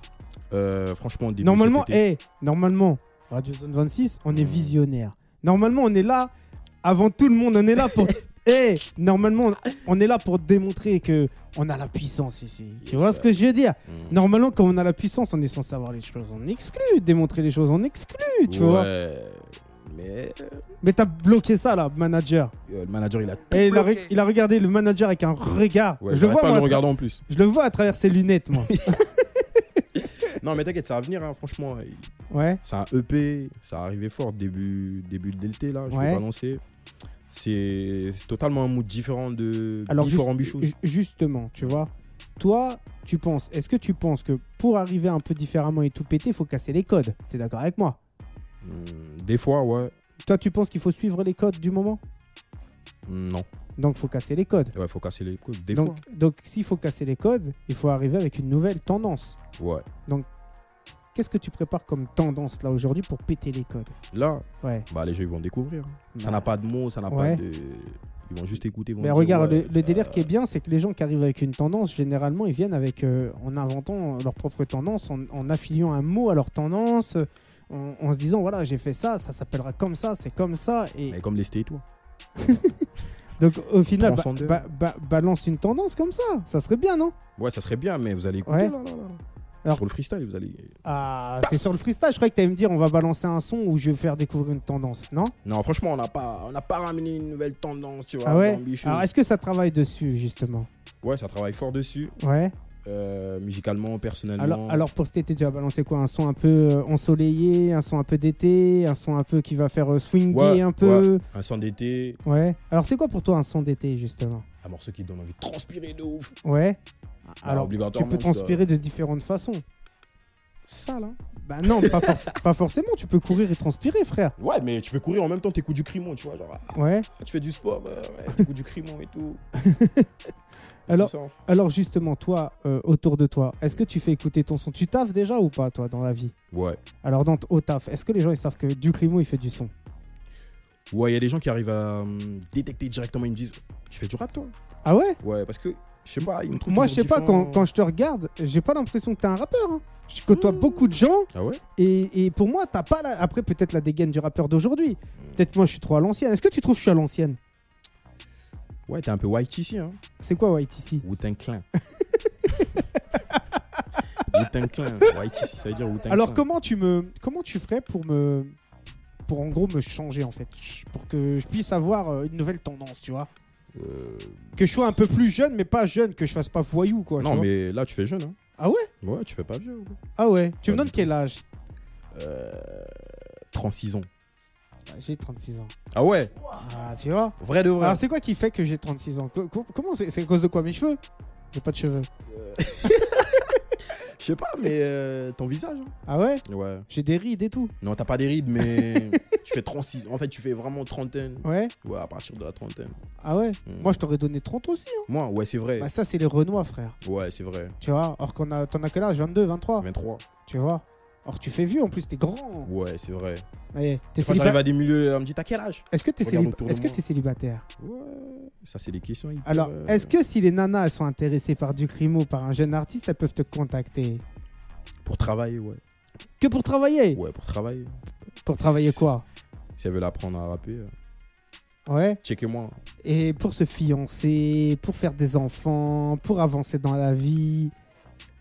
S3: Euh, Franchement, début
S2: Normalement,
S3: cet été.
S2: eh, normalement, Radio Zone 26, on est visionnaire. Normalement, on est là avant tout le monde. On est là pour. Eh, normalement, on- on est là pour démontrer que on a la puissance ici. Tu
S3: Yes,
S2: vois ce que je veux dire
S3: Mm.
S2: Normalement, quand on a la puissance, on est censé avoir les choses en exclu, démontrer les choses en exclu, eh, tu vois.
S3: Ouais, Mais
S2: Mais t'as bloqué ça là, manager.
S3: euh, le manager, il a. tout
S2: Et Eh, il a,
S3: bloqué.
S2: re- il a regardé le manager avec un regard.
S3: Ouais,
S2: je le vois,
S3: pas
S2: moi,
S3: le
S2: à tra-
S3: regarder en plus.
S2: je le vois à travers ses lunettes, moi.
S3: Non, mais t'inquiète, ça va venir, hein, franchement.
S2: ouais,
S3: C'est un EP, ça arrivait fort début, début de DLT, là, je
S2: Ouais.
S3: l'ai balancé. C'est totalement un mood différent de
S2: alors
S3: Before
S2: juste-
S3: Ambitious.
S2: ju- justement, tu vois, toi, tu penses, est-ce que tu penses que pour arriver un peu différemment et tout péter, faut casser les codes T'es d'accord avec moi
S3: Hmm, Des fois, ouais.
S2: Toi, tu penses qu'il faut suivre les codes du moment
S3: Hmm, Non.
S2: Donc, faut casser les codes.
S3: Ouais, faut casser les coudes. Des
S2: donc, donc, s'il faut casser les codes, il faut arriver avec une nouvelle tendance.
S3: fois. Ouais.
S2: Qu'est-ce que tu prépares comme tendance là aujourd'hui pour péter les codes
S3: Là,
S2: Ouais.
S3: bah, les gens, ils vont découvrir. hein. Ça
S2: Bah,
S3: n'a pas de mots, ça n'a
S2: Ouais.
S3: pas de. Ils vont juste écouter. ils vont
S2: Mais
S3: dire,
S2: regarde,
S3: ouais,
S2: le, le délire
S3: euh,
S2: qui est bien, c'est que les gens qui arrivent avec une tendance, généralement, ils viennent avec, euh, en inventant leur propre tendance, en, en affiliant un mot à leur tendance, euh, en, en se disant, voilà, j'ai fait ça, ça s'appellera comme ça, c'est comme ça. Et
S3: Mais comme les Stay, toi.
S2: donc, au final, ba-
S3: Transcender.
S2: ba- ba- balance une tendance comme ça. Ça serait bien, non
S3: Ouais, ça serait bien, mais vous allez écouter.
S2: Ouais.
S3: là, là, là, là.
S2: Alors-
S3: Sur le freestyle, vous allez.
S2: Ah, c'est sur le freestyle, je croyais que tu allais me dire, on va balancer un son ou je vais faire découvrir une tendance, non
S3: Non, franchement, on n'a pas, on n'a pas ramené une nouvelle tendance, tu vois.
S2: Ah ouais
S3: d'Ambitious.
S2: Alors, est-ce que ça travaille dessus, justement
S3: Ouais, ça travaille fort dessus,
S2: Ouais.
S3: euh, musicalement, personnellement.
S2: Alors, alors pour cet été, tu vas balancer quoi Un son un peu euh, ensoleillé, un son un peu d'été, un son un peu qui va faire euh, swinguer
S3: Ouais,
S2: un peu.
S3: un son d'été,
S2: Ouais. Alors c'est quoi pour toi un son d'été justement
S3: un morceau qui donne envie de transpirer de ouf.
S2: Ouais. Alors tu
S3: Bah, obligatoirement,
S2: peux
S3: je dois-
S2: transpirer de différentes façons.
S3: Ça là.
S2: Bah non, pas, forc- pas forcément. Tu peux courir et transpirer, frère.
S3: Ouais, mais tu peux courir en même temps, t'écoutes du crimon, tu vois. Genre,
S2: Ouais.
S3: ah, tu fais du sport, bah, ouais, t'écoutes du crimon et tout.
S2: Alors,
S3: Tout ça.
S2: alors justement, toi, euh, autour de toi, est-ce que tu fais écouter ton son Tu taffes déjà ou pas, toi, dans la vie
S3: Ouais.
S2: Alors dans t- au taf, est-ce que les gens ils savent que Ducrimo il fait du son
S3: Ouais, il y a des gens qui arrivent à hum, détecter directement, ils me disent Tu fais du rap toi
S2: Ah ouais
S3: Ouais, parce que, je sais pas, ils me trouvent.
S2: Moi, je
S3: toujours
S2: sais pas, quand,
S3: différent.
S2: quand je te regarde, j'ai pas l'impression que t'es un rappeur. hein. Je côtoie beaucoup de gens
S3: Ah ouais
S2: et, et pour moi, t'as pas la... Après, peut-être la dégaine du rappeur d'aujourd'hui.
S3: Hmm.
S2: Peut-être moi, je suis trop à l'ancienne. Est-ce que tu trouves que je suis à l'ancienne
S3: Ouais, t'es un peu white ici, hein.
S2: C'est quoi White ici
S3: Wu-Tang Clan. Wu-Tang Clan. White ici, ça veut dire Wu-Tang
S2: Alors,
S3: Clan.
S2: comment tu me. Comment tu ferais pour me. Pour en gros me changer en fait, Ch- pour que je puisse avoir euh, une nouvelle tendance, tu vois.
S3: Euh,
S2: Que je sois un peu plus jeune, mais pas jeune, que je fasse pas voyou quoi. tu
S3: non,
S2: vois.
S3: mais là, tu fais jeune, hein.
S2: Ah ouais
S3: Ouais, tu fais pas vieux. gros.
S2: Ah ouais. Tu me
S3: Pas
S2: donnes
S3: du tout.
S2: quel âge
S3: Euh, 36 ans.
S2: Ah, J'ai 36 ans.
S3: Ah ouais
S2: Ah, tu vois.
S3: Vrai de vrai.
S2: Alors c'est quoi qui fait que j'ai 36 ans Co- co- Comment c'est C'est à cause de quoi mes cheveux J'ai pas de cheveux.
S3: Je sais pas, mais euh, ton visage. hein.
S2: Ah ouais
S3: Ouais.
S2: J'ai des rides et tout.
S3: Non, t'as pas des rides, mais tu fais 36. En fait, tu fais vraiment trentaine.
S2: Ouais.
S3: Ouais, à partir de la trentaine.
S2: Ah ouais
S3: Mm.
S2: Moi je t'aurais donné 30 aussi. hein.
S3: Moi, ouais, c'est vrai.
S2: Bah ça c'est les Renois frère.
S3: Ouais, c'est vrai.
S2: Tu vois Or qu'on a t'en as quel âge 22, 23.
S3: 23.
S2: Tu vois Or tu fais vieux en plus t'es grand.
S3: Ouais, c'est vrai.
S2: Ouais, t'es
S3: Quand
S2: céliba-
S3: j'arrive à des milieux, on me dit T'as quel âge
S2: Est-ce que t'es
S3: Regarde
S2: célib-
S3: autour de
S2: est-ce que
S3: moi.
S2: t'es célibataire
S3: Ouais. Ça, c'est des questions. hyper,
S2: Alors
S3: euh,
S2: est-ce que si les nanas elles sont intéressées par du crimo, par un jeune artiste, elles peuvent te contacter
S3: Pour travailler, ouais.
S2: Que pour travailler
S3: Ouais, pour travailler.
S2: Pour travailler quoi
S3: Si elles veulent apprendre à rapper, euh,
S2: Ouais.
S3: checkez-moi.
S2: Et pour se fiancer, pour faire des enfants, pour avancer dans la vie.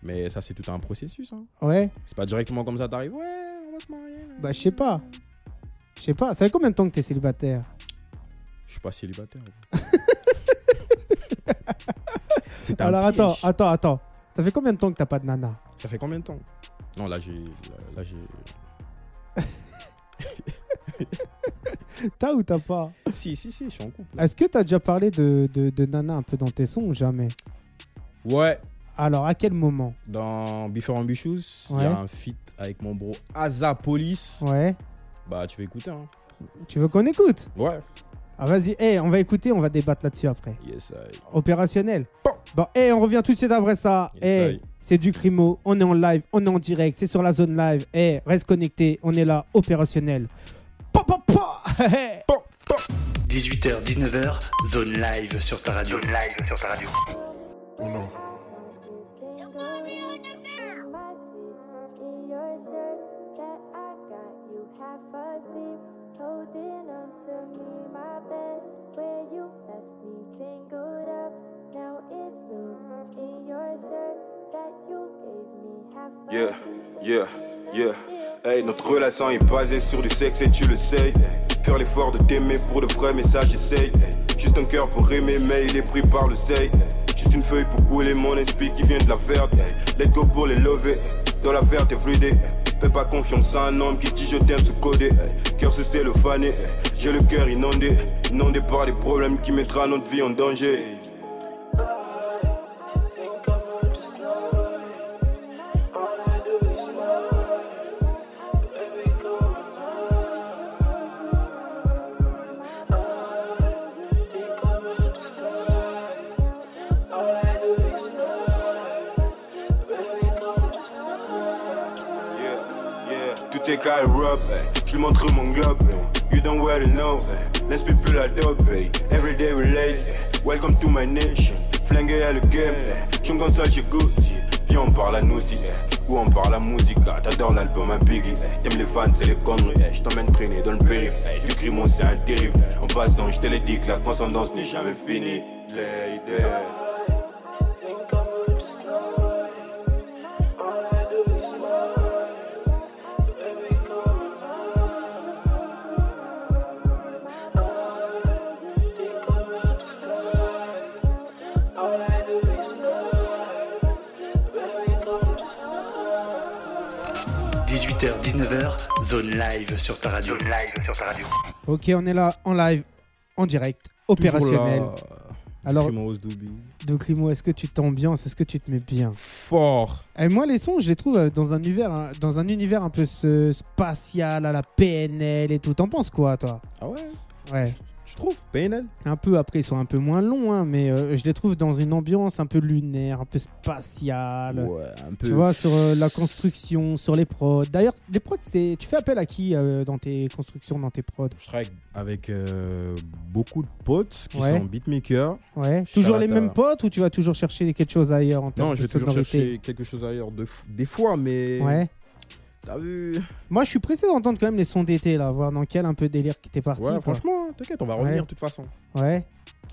S3: Mais ça, c'est tout un processus. Hein.
S2: Ouais.
S3: C'est pas directement comme ça, t'arrives. Ouais, on va se marier.
S2: Bah, je sais pas. Je sais pas, ça fait combien de temps que t'es célibataire
S3: Je suis pas célibataire. C'est un
S2: Alors
S3: piège.
S2: attends, attends, attends. Ça fait combien de temps que t'as pas de nana
S3: Ça fait combien de temps Non, là j'ai. Là, là, j'ai.
S2: T'as ou t'as pas
S3: Ah, si, si, si, je suis en couple.
S2: Est-ce que t'as déjà parlé de, de, de Nana un peu dans tes sons ou jamais
S3: Ouais,
S2: Alors, à quel moment
S3: dans Before Ambitious, il
S2: Ouais.
S3: y a un feat avec mon bro Aza Police.
S2: Ouais.
S3: Bah, tu vas écouter, hein.
S2: Tu veux qu'on écoute
S3: Ouais.
S2: Ah, vas-y, Eh, on va écouter, on va débattre là-dessus après.
S3: Yes, I.
S2: Opérationnel.
S3: Bon.
S2: Bon, et on revient tout de suite après ça.
S3: Yes,
S2: Eh,
S3: aïe.
S2: c'est du crimo, on est en live, on est en direct, c'est sur la zone live. Eh, reste connecté, on est là, opérationnel. Pa, pa, pa Eh,
S1: 18h, 19h, zone live sur ta radio. Zone live sur ta radio.
S5: Yeah, yeah, yeah. Hey, notre relation est basée sur du sexe et tu le sais. Faire l'effort de t'aimer pour de vrais messages, j'essaye. Juste un cœur pour aimer, mais il est pris par le seuil. Juste une feuille pour couler mon esprit qui vient de la verte. Let go pour les lever, dans la verte everyday. Fais pas confiance à un homme qui dit je t'aime sous codé. Cœur sous stélofané, j'ai le cœur inondé. Inondé par des problèmes qui mettra notre vie en danger. Yeah, yeah. Tout est carré up, eh. je lui montre mon globe. eh. You don't well know, eh. let's be plus la dope. eh. Every day we late, eh. welcome to my nation. Flingué à le game, eh. j'aime comme ça chez Gucci. Viens, on parle à nous si, eh. ou on parle à musique. ah. T'adores l'album à Biggie, eh. t'aimes les fans, c'est les conneries. eh. Je t'emmène traîner dans le périph', eh. du crime, c'est un terrible. En passant, je te l'ai dit que la transcendance n'est jamais finie. Lady.
S6: Just
S1: 18h, 19h, zone live sur ta radio. Zone live sur ta radio.
S2: ok, on est là, en live, en direct,
S3: Toujours
S2: opérationnel.
S3: là,
S2: Alors,
S3: Primo Rose Doobie.
S2: Donc Limo, est-ce que tu t'ambiances Est-ce que tu te mets bien
S3: Fort.
S2: Et moi, les sons, je les trouve euh, dans un univers, hein, dans un univers un peu ce- spatial, à la PNL et tout. T'en penses quoi, toi
S3: Ah ouais
S2: Ouais.
S3: Tu trouves PNL
S2: Un peu après, ils sont un peu moins longs, hein, mais euh, je les trouve dans une ambiance un peu lunaire, un peu spatiale.
S3: Ouais, un peu.
S2: Tu vois, sur euh, la construction, sur les prods. D'ailleurs, les prods, c'est. Tu fais appel à qui euh, dans tes constructions, dans tes prods
S3: Je travaille avec euh, beaucoup de potes qui
S2: Ouais.
S3: sont beatmakers.
S2: Ouais. Toujours les
S3: Charlotte,
S2: mêmes
S3: euh,
S2: potes ou tu vas toujours chercher quelque chose ailleurs en termes
S3: Non,
S2: de
S3: je vais toujours
S2: sonorité
S3: chercher quelque chose ailleurs de f- des fois, mais
S2: Ouais.
S3: t'as vu
S2: Moi, je suis pressé d'entendre quand même les sons d'été, là, voir dans quel un peu délire qui t'es parti.
S3: Ouais,
S2: quoi.
S3: franchement, hein, t'inquiète, on va revenir de toute façon.
S2: Ouais,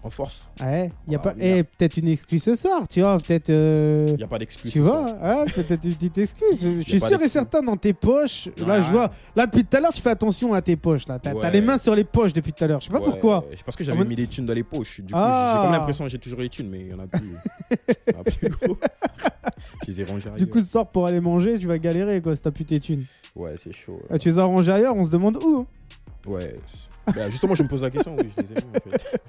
S3: En force,
S2: ouais. Y a
S3: Ah,
S2: pas...
S3: oui,
S2: Eh, peut-être une excuse ce soir, tu vois, peut-être. euh,
S3: il y a pas d'excuse.
S2: Tu
S3: ce
S2: vois, ouais,
S3: soir.
S2: peut-être une petite excuse. Je je suis sûr
S3: pas
S2: et
S3: d'excuse.
S2: certain dans tes poches. Là,
S3: Ouais.
S2: je vois. Là, depuis tout à l'heure, tu fais attention à tes poches. Là, t'as t'as
S3: Ouais.
S2: les mains sur les poches depuis tout à l'heure. Je sais pas
S3: Ouais,
S2: pourquoi.
S3: c'est Parce que
S2: En
S3: j'avais
S2: mode-
S3: mis les thunes dans les poches. Du coup,
S2: Ah.
S3: j'ai comme l'impression que j'ai toujours les thunes, mais il y en a plus. Il y en a plus, gros. Je les ai rangées
S2: Du
S3: ailleurs.
S2: coup, ce soir, pour aller manger, tu vas galérer, quoi, si t'as plus tes thunes.
S3: Ouais, c'est chaud.
S2: Ah, tu les as rangées ailleurs, on se demande où. hein.
S3: Ouais. c'est- Bah, justement, je me pose la question. Oui, je les ai mis en fait.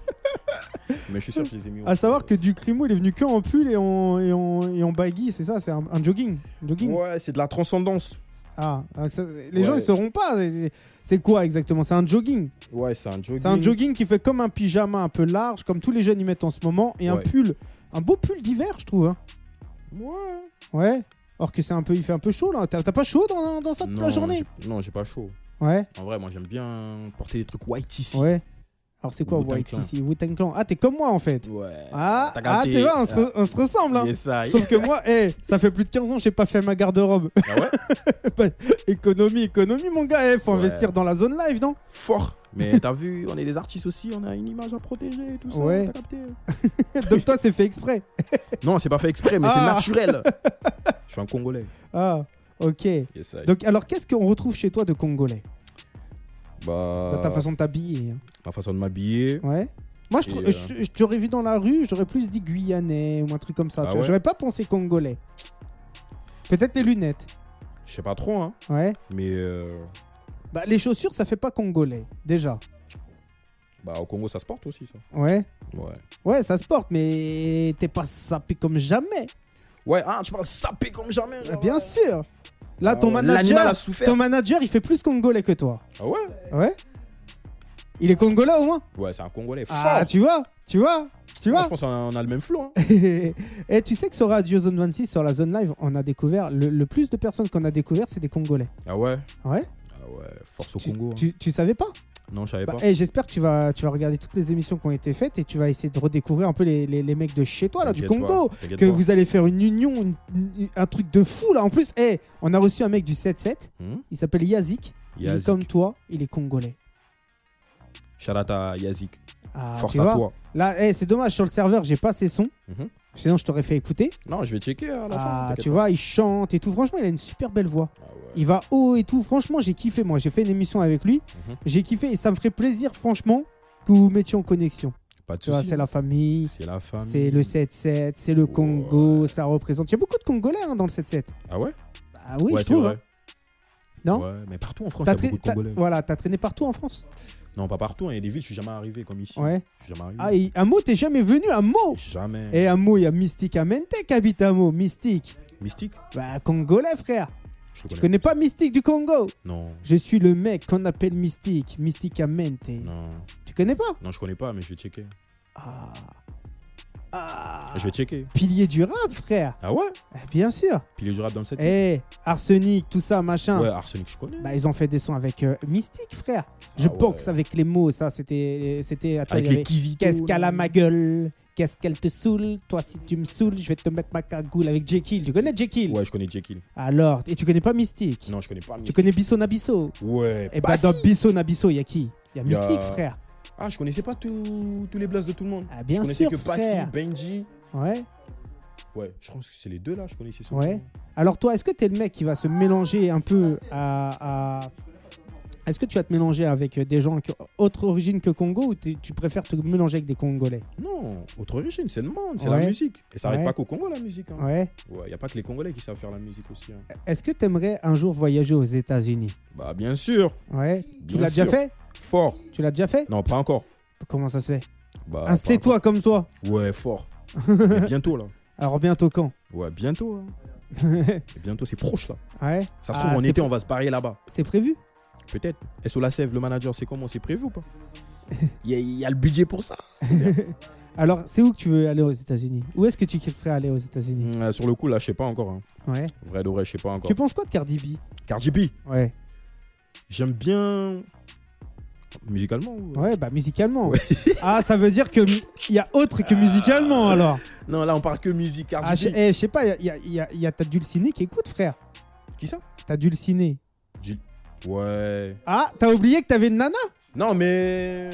S3: Mais je suis sûr que je les ai mis. en
S2: À savoir que
S3: fait.
S2: Ducrimo, il est venu que en pull et en, et en, et en baggy, c'est ça, c'est un, un jogging. Jogging.
S3: Ouais, c'est de la transcendance.
S2: Ah, alors que ça, les
S3: Ouais.
S2: gens ils sauront pas. c'est- c'est- C'est quoi exactement C'est un jogging.
S3: Ouais, c'est un jogging.
S2: C'est un jogging qui fait comme un pyjama un peu large, comme tous les jeunes y mettent en ce moment, et un
S3: Ouais.
S2: pull, un beau pull d'hiver, je trouve. hein.
S3: Ouais.
S2: Ouais. Or que c'est un peu, il fait un peu chaud là. T'as t'as pas chaud dans, dans ça toute
S3: Non,
S2: la journée
S3: j'ai- Non, j'ai pas chaud.
S2: Ouais.
S3: En vrai, moi, j'aime bien porter des trucs white ici.
S2: Ouais. Alors c'est quoi
S3: Wu-Tang
S2: White
S3: Clan.
S2: ici Wu-Tang Clan. Ah t'es comme moi en fait.
S3: Ouais.
S2: Ah,
S3: T'as
S2: ah
S3: gardé-
S2: tu vois, on se, re- on se ressemble. hein.
S3: Yes, I.
S2: Sauf que moi, eh, ça fait plus de 15 ans que j'ai pas fait ma garde-robe. Bah,
S3: Ah ouais
S2: économie, économie mon gars, eh, faut
S3: Ouais.
S2: investir dans la zone live, non
S3: Fort. Mais t'as vu, on est des artistes aussi, on a une image à protéger et tout ça.
S2: Ouais.
S3: T'as capté
S2: Donc toi c'est fait exprès.
S3: Non, c'est pas fait exprès, mais c'est
S2: Ah.
S3: naturel. Je suis un Congolais.
S2: Ah, ok.
S3: Yes, I.
S2: Donc, alors, qu'est-ce qu'on retrouve chez toi de Congolais
S3: bah,
S2: Dans ta façon de t'habiller. hein.
S3: ma façon de m'habiller.
S2: Ouais. Moi, je,
S3: Et,
S2: trou-
S3: euh,
S2: je- je t'aurais vu dans la rue, j'aurais plus dit Guyanais ou un truc comme ça.
S3: Ah
S2: tu vois.
S3: ouais
S2: J'aurais pas pensé Congolais. Peut-être les lunettes.
S3: Je sais pas trop, hein.
S2: Ouais.
S3: Mais euh,
S2: Bah, les chaussures, ça fait pas congolais, déjà.
S3: Bah, au Congo, ça se porte aussi, ça.
S2: Ouais.
S3: Ouais.
S2: Ouais, ça se porte, mais t'es pas sapé comme jamais.
S3: Ouais, ah, tu parles sapé comme jamais. genre.
S2: Bien sûr. Là, ton
S3: Ah ouais, L'animal a
S2: manager,
S3: souffert.
S2: ton manager, il fait plus congolais que toi.
S3: Ah ouais
S2: Ouais. Il est congolais au moins.
S3: Ouais, c'est un Congolais fort.
S2: Ah, tu vois, tu vois, tu
S3: Moi,
S2: vois.
S3: je pense qu'on a le même flow. hein.
S2: Et tu sais que sur Radio Zone 26, sur la zone live, on a découvert le, le plus de personnes qu'on a découvert, c'est des Congolais.
S3: Ah ouais
S2: Ouais.
S3: Ah ouais, force au
S2: Tu,
S3: Congo. hein.
S2: tu, tu savais pas
S3: Non, je savais
S2: Bah,
S3: pas.
S2: hey, J'espère que tu vas, tu vas regarder toutes les émissions qui ont été faites et tu vas essayer de redécouvrir un peu les, les, les mecs de chez toi, là, du
S3: T'inquiète
S2: Congo.
S3: pas, t'inquiète
S2: Que
S3: pas.
S2: vous allez faire une union, une- une- un truc de fou là. En plus, hey, on a reçu un mec du 7-7,
S3: Hmm
S2: il s'appelle Yazik. Il est
S3: Yazik.
S2: comme toi, il est congolais.
S3: Shout out à Yazik.
S2: Ah,
S3: Force
S2: tu
S3: à
S2: vois
S3: toi.
S2: Là, hey, c'est dommage, sur le serveur, j'ai pas ses sons.
S3: Mhm.
S2: Sinon, je t'aurais fait écouter.
S3: Non, je vais checker à la fin.
S2: Ah,
S3: t'inquiète
S2: tu
S3: pas.
S2: vois, il chante et tout. Franchement, il a une super belle voix.
S3: Ah ouais.
S2: Il va haut et tout. Franchement, j'ai kiffé. Moi, j'ai fait une émission avec lui.
S3: Mhm.
S2: J'ai kiffé et ça me ferait plaisir, franchement, que vous vous mettiez en connexion.
S3: Pas de
S2: Tu vois,
S3: soucis.
S2: c'est la famille.
S3: C'est la femme.
S2: C'est le 7-7, c'est le Congo, ça représente. Il y a beaucoup de Congolais hein, dans le 7-7.
S3: Ah ouais
S2: Ah oui,
S3: Ouais,
S2: je
S3: c'est
S2: trouve.
S3: vrai.
S2: hein. Non
S3: Ouais, mais partout en France, il y
S2: T'as
S3: a beaucoup de
S2: tra- t'as-
S3: Congolais.
S2: Voilà, t'as traîné partout en France.
S3: Non, pas partout. hein. Il y a des villes, je suis jamais arrivé comme ici.
S2: Ouais.
S3: Je suis jamais arrivé.
S2: Ah, et Amo, t'es jamais venu, Amo
S3: Jamais.
S2: Et Amo, il y a Mystique Amente qui habite Amo, Mystique.
S3: Mystique
S2: Bah, Congolais, frère.
S3: Je
S2: Tu
S3: le connais.
S2: connais pas Mystique du Congo
S3: Non.
S2: Je suis le mec qu'on appelle Mystique, Mystique Amente.
S3: Non.
S2: Tu connais pas
S3: Non, je connais pas, mais je vais checker.
S2: Ah. Ah.
S3: Je vais checker.
S2: Pilier du rap, frère.
S3: Ah ouais
S2: Eh, Bien sûr.
S3: Pilier du rap dans le 7
S2: Eh, Arsenic, tout ça, machin.
S3: Ouais, Arsenic, je connais.
S2: Bah, ils ont fait des sons avec euh, Mystique, frère. Je
S3: Ah ouais.
S2: boxe avec les mots, ça, c'était. c'était attends, il y
S3: Avec
S2: avait-
S3: les Kizito.
S2: Qu'est-ce qu'elle a
S3: là.
S2: ma gueule Qu'est-ce qu'elle te saoule Toi, si tu me saoules, je vais te mettre ma cagoule avec Jekyll. Tu connais Jekyll
S3: Ouais, je connais Jekyll.
S2: Alors, et tu connais pas Mystique
S3: Non, je connais pas
S2: Tu
S3: Mystique.
S2: connais Bissot Nabisso
S3: Ouais.
S2: Et
S3: bah
S2: bah, dans
S3: si.
S2: Bissot Nabisso, il y a qui Il y a
S3: Y a-
S2: Mystique, frère.
S3: Ah, je connaissais pas tout- tous les blasts de tout le monde.
S2: Ah,
S3: je
S2: bien
S3: connaissais
S2: sûr,
S3: que Passy,
S2: frère.
S3: Benji.
S2: Ouais.
S3: Ouais, je pense que c'est les deux là, je connaissais ça.
S2: Ouais. Alors, toi, est-ce que t'es le mec qui va se mélanger un peu à. à- Est-ce que tu vas te mélanger avec euh, des gens qui ont autre origine que Congo ou t'es- tu préfères te mélanger avec des Congolais
S3: Non, autre origine, c'est le monde, c'est
S2: Ouais.
S3: la musique. Et ça n'arrive
S2: Ouais.
S3: pas qu'au Congo la musique. Hein.
S2: Ouais.
S3: Ouais. y a pas que les Congolais qui savent faire la musique aussi. hein.
S2: Est-ce que t'aimerais un jour voyager aux États-Unis
S3: Bah bien sûr,
S2: Ouais. Tu
S3: Bien
S2: l'as déjà
S3: sûr.
S2: fait
S3: fort.
S2: Tu l'as déjà fait
S3: Non, pas encore.
S2: Comment ça se fait
S3: Bah, pas
S2: Instais-toi comme toi.
S3: encore. Ouais, fort. Mais bientôt là.
S2: Alors bientôt quand
S3: Ouais, bientôt. hein. Et bientôt, c'est proche là.
S2: Ouais.
S3: Ça se
S2: Ah,
S3: trouve en
S2: c'est
S3: été,
S2: pr-
S3: on va se barrer là-bas.
S2: C'est prévu
S3: Peut-être. Et sur la Sèvres, le manager, c'est comment C'est prévu ou pas Il y, a- il y a le budget pour ça.
S2: Alors c'est où que tu veux aller aux États-Unis Où est-ce que tu kifferais aller aux États-Unis
S3: Mm, euh, sur le coup, là, je sais pas encore. hein.
S2: Ouais.
S3: Vrai de vrai, je sais pas encore.
S2: Tu penses quoi de Cardi B
S3: Cardi B,
S2: Ouais.
S3: j'aime bien. Musicalement ou-
S2: Ouais, bah musicalement. ah, ça veut dire que mu- il y a autre que musicalement
S3: Ah.
S2: alors.
S3: Non, là, on parle que musique. Cardi
S2: Ah, je
S3: B.
S2: eh, je sais pas, il y a, y a- y a ta dulcinée qui écoute, frère.
S3: Qui ça
S2: Ta dulcinée.
S3: Gilles. Ouais.
S2: Ah, t'as oublié que t'avais une nana
S3: Non, mais.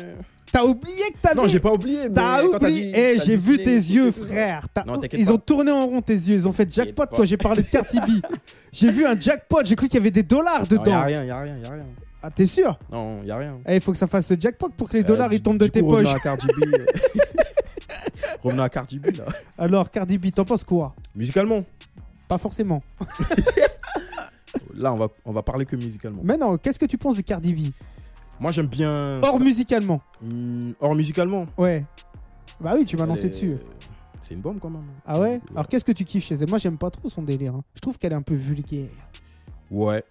S2: T'as oublié que t'avais.
S3: Non, j'ai pas oublié. mais
S2: Ah, T'as
S3: quand t'as
S2: oublié.
S3: dit-
S2: Eh,
S3: t'as
S2: j'ai
S3: dit
S2: vu
S3: Disney,
S2: tes
S3: tout
S2: yeux,
S3: et tout.
S2: frère. T'as-
S3: Non, t'inquiète
S2: Ils
S3: pas.
S2: ont tourné en rond tes yeux. Ils ont fait jackpot
S3: pas.
S2: quand j'ai parlé de Cardi B. J'ai vu un jackpot. J'ai cru qu'il y avait des dollars
S3: Non, y'a
S2: dedans.
S3: rien, y'a rien, y'a rien.
S2: Ah, t'es sûr
S3: Non, y'a rien.
S2: Eh, il faut que ça fasse le jackpot pour que les
S3: Euh,
S2: dollars
S3: du-
S2: ils tombent de
S3: du
S2: tes
S3: coup,
S2: poches.
S3: Revenons à Cardi B. revenons à Cardi B, là.
S2: Alors, Cardi B, t'en penses quoi
S3: Musicalement.
S2: Pas forcément.
S3: Là, on va, on va parler que musicalement.
S2: Mais non, qu'est-ce que tu penses de Cardi B
S3: Moi, j'aime bien.
S2: Hors musicalement.
S3: Hmm, hors musicalement.
S2: Ouais. Bah oui, tu m'as lancé
S3: Elle est-
S2: dessus.
S3: C'est une bombe quand même.
S2: Ah ouais Alors, qu'est-ce que tu kiffes chez elle Moi, j'aime pas trop son délire. hein. Je trouve qu'elle est un peu vulgaire.
S3: Ouais.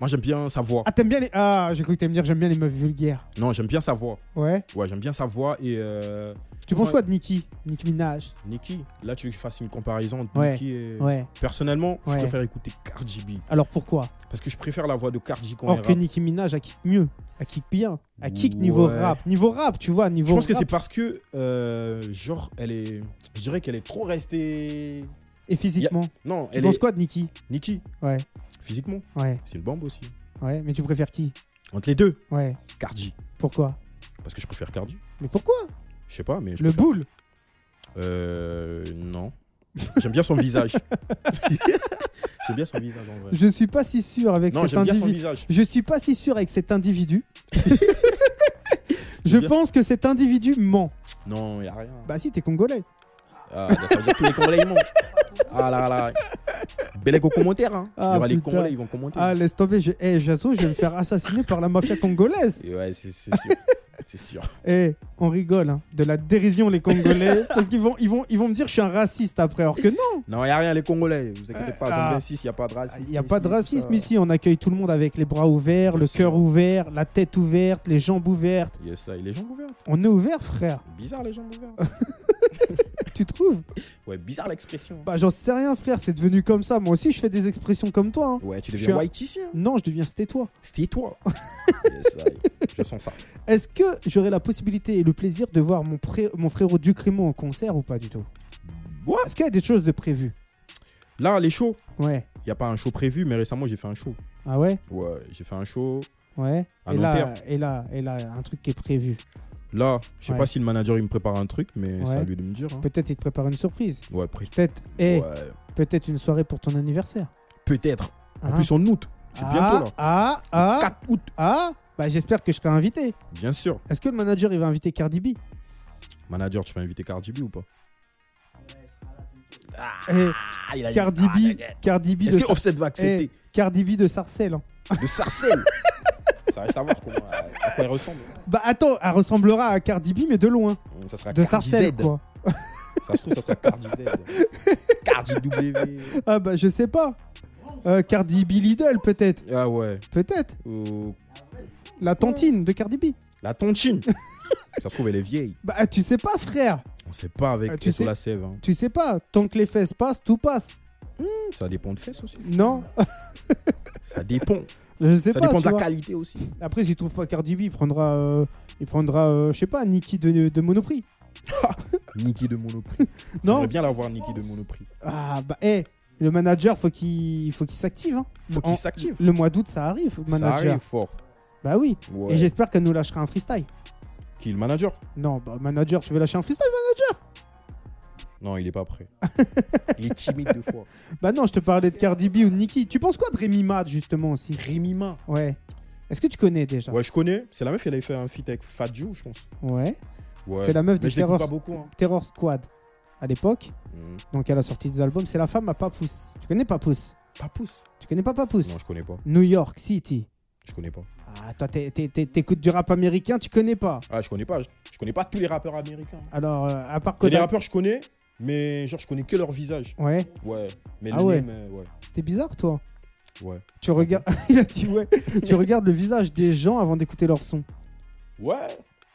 S3: Moi, j'aime bien sa voix.
S2: Ah, t'aimes bien les. Ah, j'ai cru que t'aimes dire j'aime bien les meufs vulgaires.
S3: Non, j'aime bien sa voix.
S2: Ouais.
S3: Ouais, j'aime bien sa voix et. euh,
S2: Tu penses
S3: Ouais.
S2: quoi de Nicki Nicki Minaj
S3: Nicki, là tu veux que je fasse une comparaison entre
S2: Ouais.
S3: Nicki et...
S2: Ouais.
S3: Personnellement,
S2: Ouais.
S3: je préfère écouter Cardi B.
S2: Alors pourquoi
S3: Parce que je préfère la voix de Cardi quand
S2: Or
S3: elle
S2: que
S3: rappe.
S2: Nicki Minaj, elle kick mieux. Elle kick bien. Elle kick niveau
S3: Ouais.
S2: rap. Niveau rap, tu vois, niveau
S3: Je pense que c'est
S2: rap
S3: parce que, euh, genre, elle est. Je dirais qu'elle est trop restée.
S2: Et physiquement.
S3: Non,
S2: Tu
S3: elle
S2: penses
S3: est.
S2: quoi de Nicki
S3: Nicki,
S2: Ouais.
S3: physiquement,
S2: Ouais.
S3: c'est une bombe aussi.
S2: Ouais. Mais tu préfères qui
S3: Entre les deux,
S2: Ouais.
S3: Cardi.
S2: Pourquoi
S3: Parce que je préfère Cardi.
S2: Mais pourquoi
S3: Je sais pas, mais. je
S2: Le
S3: préfère-
S2: boule
S3: Euh. Non. J'aime bien son visage. J'aime bien son visage en vrai.
S2: Je suis pas si sûr avec
S3: Non,
S2: cet
S3: j'aime bien son
S2: individu.
S3: visage.
S2: Je suis pas si sûr avec cet individu. Je
S3: bien.
S2: pense que cet individu ment.
S3: Non, y a rien.
S2: Bah si, t'es congolais.
S3: Ah, ça veut dire que tous les Congolais ils mentent. Ah là là. Bellec aux commentaires. Hein.
S2: Ah,
S3: Il y aura les
S2: putain.
S3: Congolais, ils vont commenter.
S2: Ah, laisse tomber, je, eh, j'assume, je vais me faire assassiner par la mafia congolaise.
S3: Et ouais, c'est c'est sûr. c'est sûr.
S2: Eh, on rigole, hein. de la dérision, les Congolais. parce qu'ils vont, ils vont, ils vont me dire que je suis un raciste après, alors que non.
S3: Non, il n'y a rien, les Congolais. Vous inquiétez pas,
S2: Ah.
S3: zone 26, il n'y a pas de racisme.
S2: Il n'y a pas de
S3: ici,
S2: racisme
S3: tout ça.
S2: ici, on accueille tout le monde avec les bras ouverts,
S3: Bien
S2: le
S3: sûr.
S2: cœur ouvert, la tête ouverte, les jambes ouvertes.
S3: Yes, ça. Et les gens ouverts.
S2: On est ouvert, frère,
S3: hein. Bizarre, les gens ouverts.
S2: tu trouves
S3: Ouais, bizarre l'expression.
S2: Bah, j'en sais rien, frère, c'est devenu comme ça. Moi aussi, je fais des expressions comme toi. hein.
S3: Ouais, tu
S2: Je
S3: deviens
S2: suis un-
S3: white ici. hein.
S2: Non, je deviens c'était toi.
S3: C'était toi. yes, ça. Je sens ça.
S2: Est-ce que j'aurai la possibilité et le plaisir de voir mon, pré- mon frérot Ducrimo en concert ou pas du tout
S3: Ouais.
S2: Est-ce qu'il y a des choses de prévues
S3: Là, les shows.
S2: Ouais.
S3: Il n'y a pas un show prévu, mais récemment, j'ai fait un show.
S2: Ah ouais
S3: Ouais, j'ai fait un show.
S2: Ouais.
S3: À
S2: et,
S3: long
S2: là,
S3: terme.
S2: et là, et là, un truc qui est prévu.
S3: Là, je sais
S2: Ouais.
S3: pas si le manager il me prépare un truc, mais c'est
S2: Ouais.
S3: à lui de me dire. hein.
S2: Peut-être il te prépare une surprise.
S3: Ouais, après,
S2: Peut-être, eh,
S3: ouais,
S2: peut-être une soirée pour ton anniversaire.
S3: peut-être. En
S2: Hein
S3: plus, en août. C'est
S2: ah,
S3: bientôt là.
S2: Ah, ah,
S3: 4 août.
S2: ah. Bah, j'espère que je serai invité.
S3: Bien sûr.
S2: Est-ce que le manager il va inviter Cardi B
S3: Manager, tu vas inviter Cardi B ou pas
S2: Eh,
S3: Ah, il a
S2: Cardi B, Cardi B
S3: Est-ce
S2: de,
S3: que
S2: Sar-
S3: Offset va accepter
S2: eh, Cardi B de Sarcelles. hein.
S3: De Sarcelles Ça reste à voir comment, euh, à quoi il ressemble.
S2: Bah attends, elle ressemblera à Cardi B mais de loin,
S3: Mm, Ça sera
S2: de
S3: Cardi
S2: Sarcelles
S3: Z.
S2: quoi.
S3: Ça se trouve, ça sera Cardi Z. Cardi W.
S2: Ah bah je sais pas. Euh, Cardi B Lidl peut-être,
S3: Ah ouais.
S2: peut-être.
S3: Ou
S2: La tontine de Cardi B.
S3: la tontine. ça se trouve, elle est vieille.
S2: Bah tu sais pas frère,
S3: On sait pas avec
S2: Ah, tu
S3: sur
S2: sais-
S3: la sève. hein.
S2: tu sais pas. Tant que les fesses passent, tout passe.
S3: Ça dépend de fesses aussi.
S2: Non, Euh,
S3: Ça dépend.
S2: je sais
S3: Ça
S2: pas.
S3: dépend
S2: tu
S3: de la
S2: vois.
S3: qualité aussi.
S2: Après s'il trouve pas Cardi B, il prendra, euh, il prendra, euh, je sais pas, Nicki de, de Monoprix.
S3: Niki de Monoprix.
S2: Non.
S3: J'aimerais bien l'avoir, Niki de Monoprix.
S2: Ah bah eh, le manager faut qu'il, faut qu'il s'active. hein.
S3: Faut
S2: En-
S3: qu'il s'active.
S2: Le mois d'août ça arrive,
S3: Ça
S2: manager.
S3: arrive fort.
S2: Bah oui.
S3: Ouais.
S2: Et j'espère qu'elle nous lâchera un freestyle.
S3: Qui le manager
S2: Non, bah manager, tu veux lâcher un freestyle
S3: Non, il est pas prêt. il est timide de fois.
S2: Bah non, je te parlais de Cardi B ou de Nicki. Tu penses quoi de Rémi Mad justement aussi
S3: Rémi Ma.
S2: Ouais. Est-ce que tu connais déjà
S3: Ouais, je connais. C'est la meuf, elle avait fait un feat avec Fadjo, je pense.
S2: Ouais.
S3: Ouais.
S2: C'est la meuf
S3: Mais
S2: de
S3: je l'écoute
S2: Terror,
S3: pas beaucoup. hein.
S2: Terror Squad à l'époque.
S3: Mhm.
S2: Donc à la sortie des albums, c'est la femme à Papousse. Tu connais Papousse
S3: Pas pouce.
S2: Tu connais pas Papousse
S3: Non, je connais pas.
S2: New York City.
S3: Je connais pas.
S2: Ah, toi, t'es- t'es- t'es- t'écoutes du rap américain, tu connais pas
S3: Ah, je connais pas. Je, je connais pas tous les rappeurs américains.
S2: Alors, euh, à part
S3: Il y a des
S2: Kodak.
S3: rappeurs, je connais, mais genre, je connais que leur visage.
S2: Ouais,
S3: Ouais. Mais
S2: Ah
S3: le
S2: ouais.
S3: name, euh, ouais.
S2: t'es bizarre toi.
S3: Ouais.
S2: Tu regardes, il a dit ouais. tu regardes le visage des gens avant d'écouter leur son.
S3: Ouais.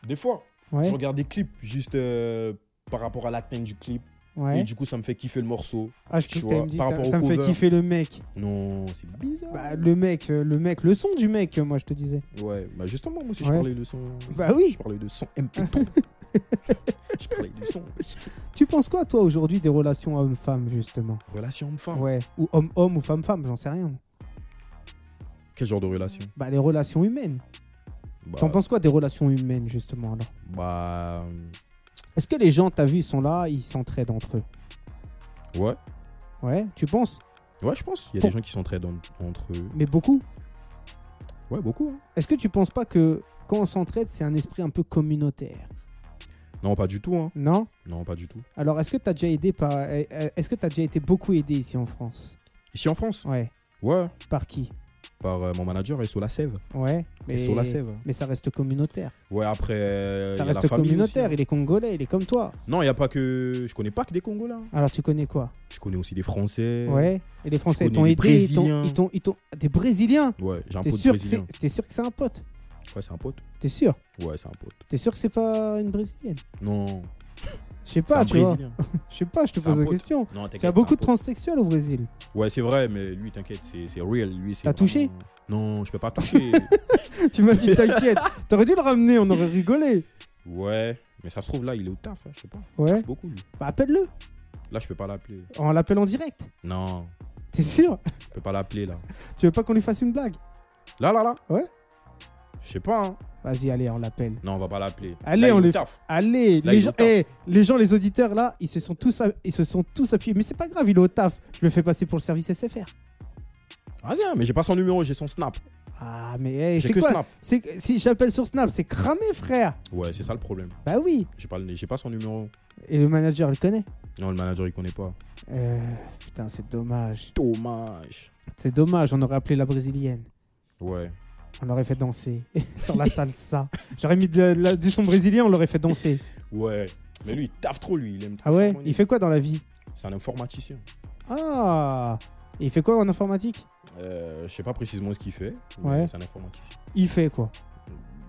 S3: Des fois,
S2: Ouais,
S3: je regarde des clips juste euh, par rapport à la teinte du clip. Et
S2: ouais.
S3: du coup, ça me fait kiffer le morceau.
S2: Ah, je
S3: tu
S2: crois que t'allais
S3: vois,
S2: me dire,
S3: par
S2: t'as-
S3: rapport
S2: ça
S3: au
S2: me fait
S3: cover.
S2: kiffer le mec.
S3: Non, c'est bizarre.
S2: Bah, le mec, euh, le mec, le son du mec, euh, moi je te disais.
S3: Ouais, bah justement, moi aussi,
S2: Ouais.
S3: je parlais de son.
S2: Bah oui.
S3: Je parlais de son MP3. je parlais de son.
S2: Tu penses quoi, toi, aujourd'hui, des relations homme-femme, justement
S3: Relation homme-femme.
S2: Ouais. Ou homme-homme ou femme-femme, j'en sais rien.
S3: Quel genre de relation
S2: Bah, les relations humaines.
S3: bah,
S2: T'en penses quoi des relations humaines, justement, alors
S3: Bah. euh,
S2: Est-ce que les gens, t'as vu, ils sont là, ils s'entraident entre eux
S3: Ouais.
S2: Ouais, tu penses
S3: Ouais, je pense. Il y a
S2: Pour-
S3: des gens qui s'entraident en- entre eux.
S2: Mais beaucoup.
S3: Ouais, beaucoup. hein.
S2: Est-ce que tu penses pas que quand on s'entraide, c'est un esprit un peu communautaire
S3: Non, pas du tout. Hein.
S2: Non
S3: Non, pas du tout.
S2: Alors, est-ce que t'as déjà aidé par. eh, eh, Est-ce que t'as déjà été beaucoup aidé ici en France
S3: Ici en France
S2: Ouais.
S3: Ouais.
S2: Par qui
S3: Par euh, mon manager et sur la Sève.
S2: Ouais.
S3: Et sur la Sève.
S2: Mais ça reste communautaire.
S3: Ouais, après. euh,
S2: ça
S3: il y a la
S2: reste
S3: famille
S2: communautaire.
S3: aussi,
S2: Il est congolais, il est comme toi.
S3: hein. Non, il n'y a pas que. Je connais pas que des Congolais. hein.
S2: Alors, tu connais quoi
S3: Je connais aussi des Français.
S2: Ouais. Et les Français, ils
S3: connais
S2: t'ont
S3: les
S2: aidé. Ils t'ont,
S3: Brésiliens.
S2: ils t'ont, ils t'ont- Des Brésiliens
S3: Ouais, j'ai un
S2: T'es
S3: pote
S2: sûr, que c'est,
S3: brésilien.
S2: t'es sûr que c'est un pote
S3: Ouais, c'est un pote.
S2: T'es sûr
S3: Ouais, c'est un pote.
S2: T'es sûr que c'est pas une Brésilienne
S3: Non.
S2: Je sais
S3: C'est
S2: pas,
S3: un
S2: tu vois.
S3: brésilien.
S2: Je sais pas, je te
S3: C'est un
S2: pose la
S3: pote.
S2: question.
S3: Non, t'inquiète,
S2: Il y
S3: c'est
S2: a
S3: un
S2: beaucoup de
S3: pote.
S2: transsexuels au Brésil.
S3: Ouais, c'est vrai, mais lui, t'inquiète, c'est c'est real. Lui, c'est
S2: T'as touché
S3: vraiment- Non, je peux pas toucher.
S2: tu m'as dit t'inquiète. T'aurais dû le ramener, on aurait rigolé.
S3: ouais, mais ça se trouve, là, il est au taf, hein, je sais pas.
S2: Ouais.
S3: C'est beaucoup, lui.
S2: Bah appelle-le.
S3: Là, je peux pas l'appeler.
S2: On l'appelle en direct.
S3: Non,
S2: T'es sûr
S3: je peux pas l'appeler, là.
S2: Tu veux pas qu'on lui fasse une blague
S3: Là, là, là
S2: Ouais.
S3: Je sais pas, hein.
S2: Vas-y, allez, on l'appelle.
S3: Non, on va pas l'appeler.
S2: Allez,
S3: Là, il
S2: on
S3: est au
S2: les-
S3: taf.
S2: Allez,
S3: Là,
S2: les
S3: il est
S2: gens,
S3: au taf.
S2: eh, les gens, les auditeurs là, ils se sont tous, a- ils se sont tous appuyés. Mais c'est pas grave, il est au taf. Je le fais passer pour le service SFR.
S3: Vas-y, hein, mais j'ai pas son numéro, j'ai son snap.
S2: Ah, mais hey,
S3: J'ai
S2: c'est
S3: que
S2: quoi
S3: Snap.
S2: C'est- Si j'appelle sur Snap, c'est cramé, frère.
S3: Ouais, c'est ça le problème.
S2: Bah oui.
S3: J'ai pas, le- j'ai pas son numéro.
S2: Et le manager, il connaît.
S3: Non, le manager, il connaît pas.
S2: Euh, putain, c'est dommage.
S3: Dommage.
S2: C'est dommage, on aurait appelé la brésilienne.
S3: Ouais.
S2: On l'aurait fait danser sur la salsa. J'aurais mis de la- du son brésilien, on l'aurait fait danser.
S3: Ouais. Mais lui, il taffe trop, lui. Il aime trop
S2: Ah ouais
S3: faire mon
S2: Il fait quoi dans la vie
S3: C'est un informaticien.
S2: Ah Et Il fait quoi en informatique
S3: Euh, je sais pas précisément ce qu'il fait. mais
S2: Ouais.
S3: C'est un informaticien.
S2: Il fait quoi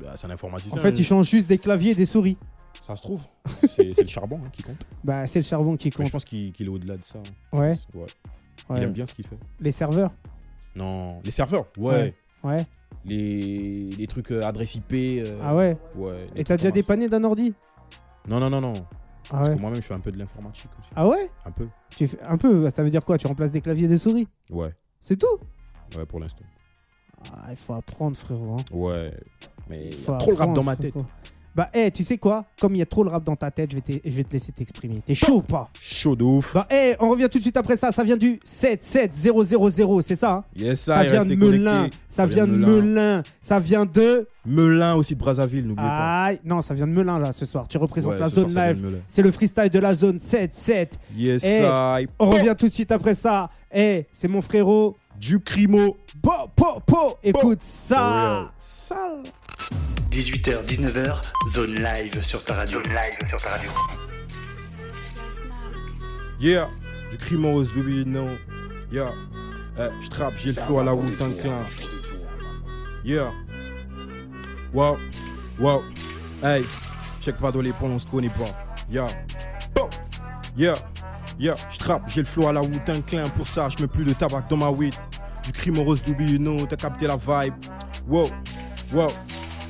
S3: Bah, c'est un informaticien.
S2: En fait, il
S3: il-
S2: change juste des claviers et des souris.
S3: Ça se trouve. C'est c'est le charbon hein, qui compte.
S2: Bah, c'est le charbon qui
S3: Mais
S2: compte.
S3: je pense qu'il qu'il est au-delà de ça. hein.
S2: Ouais,
S3: Ouais. Il
S2: ouais.
S3: aime bien ce qu'il fait.
S2: Les serveurs
S3: Non. Les serveurs Ouais.
S2: Ouais. Ouais.
S3: Euh, Les... les trucs euh, adresse IP. euh,
S2: Ah ouais
S3: Ouais. les
S2: Et t'as
S3: trucs
S2: déjà
S3: en masse.
S2: dépanné d'un ordi
S3: Non, non, non, non.
S2: Ah
S3: Parce
S2: ouais.
S3: que moi-même, je fais un peu de l'informatique aussi.
S2: Ah ouais
S3: Un peu.
S2: tu fais... Un peu, ça veut dire quoi Tu remplaces des claviers et des souris
S3: Ouais.
S2: C'est tout
S3: Ouais, pour l'instant.
S2: Ah, il faut apprendre, frérot. hein.
S3: Ouais. Mais il y a
S2: Faut
S3: trop le rap
S2: apprendre,
S3: dans ma tête.
S2: frérot. Bah, eh, tu sais quoi Comme il y a trop le rap dans ta tête, je vais, te- je vais te laisser t'exprimer. T'es chaud ou pas
S3: Chaud de ouf.
S2: Bah, eh, on revient tout de suite après ça. Ça vient du 77000, c'est ça hein
S3: Yes,
S2: Ça
S3: il
S2: vient de
S3: restez
S2: Melun.
S3: connectés.
S2: Ça vient de Melun. Ça vient de.
S3: Melun aussi de Brazzaville, n'oubliez pas.
S2: Aïe, non, ça vient de Melun là ce soir. Tu représentes
S3: Ouais,
S2: la
S3: ce
S2: zone
S3: soir, ça
S2: live.
S3: vient de Melun.
S2: C'est le freestyle de la zone 7-7.
S3: Yes,
S2: Eh.
S3: I.
S2: On revient tout de suite après ça. Eh, c'est mon frérot.
S3: Du crimo.
S2: Po, po, po.
S3: Oh.
S2: Écoute ça.
S3: Real. Sale.
S1: 18h, 19h, zone live sur ta radio. live sur ta radio.
S3: Yeah, du crimo, do we know? Yeah, Eh, je trappe, j'ai le feu à la route inclin. Yeah, wow, wow, hey, check pas dans les ponts, on se connaît pas. Yeah, Boom. yeah, yeah, je trappe, j'ai le flow à la route inclin. Pour ça, je mets plus de tabac dans ma weed. Du crime rose, do you know? T'as capté la vibe. Wow, wow.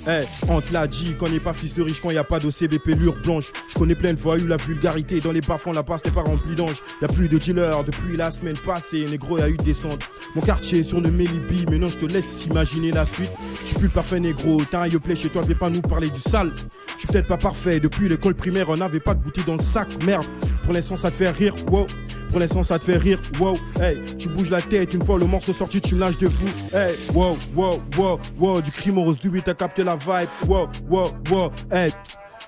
S3: Eh, on te l'a dit, qu'on n'est pas fils de riche, quand y a pas d'OCBP lure blanche. Je connais plein de voyous, la vulgarité. Dans les bas-fonds, la passe n'est pas remplie d'anges. Y a plus de dealers depuis la semaine passée. Négro, y a eu des descente. Mon quartier est surnommé Libye, mais non, je te laisse imaginer la suite. Je suis plus le parfait négro. T'as un yoplait chez toi, viens pas nous parler du sale. Je suis peut-être pas parfait. Depuis l'école primaire, on n'avait pas de bouteille dans le sac. Merde, pour l'instant, ça te fait rire. Wow. Pour l'instant, ça te fait rire, wow, hey, tu bouges la tête, une fois le morceau sorti, tu me lâches de fou, hey, wow, wow, wow, wow, du crime rose du 8, t'as capté la vibe, wow, wow, wow, hey.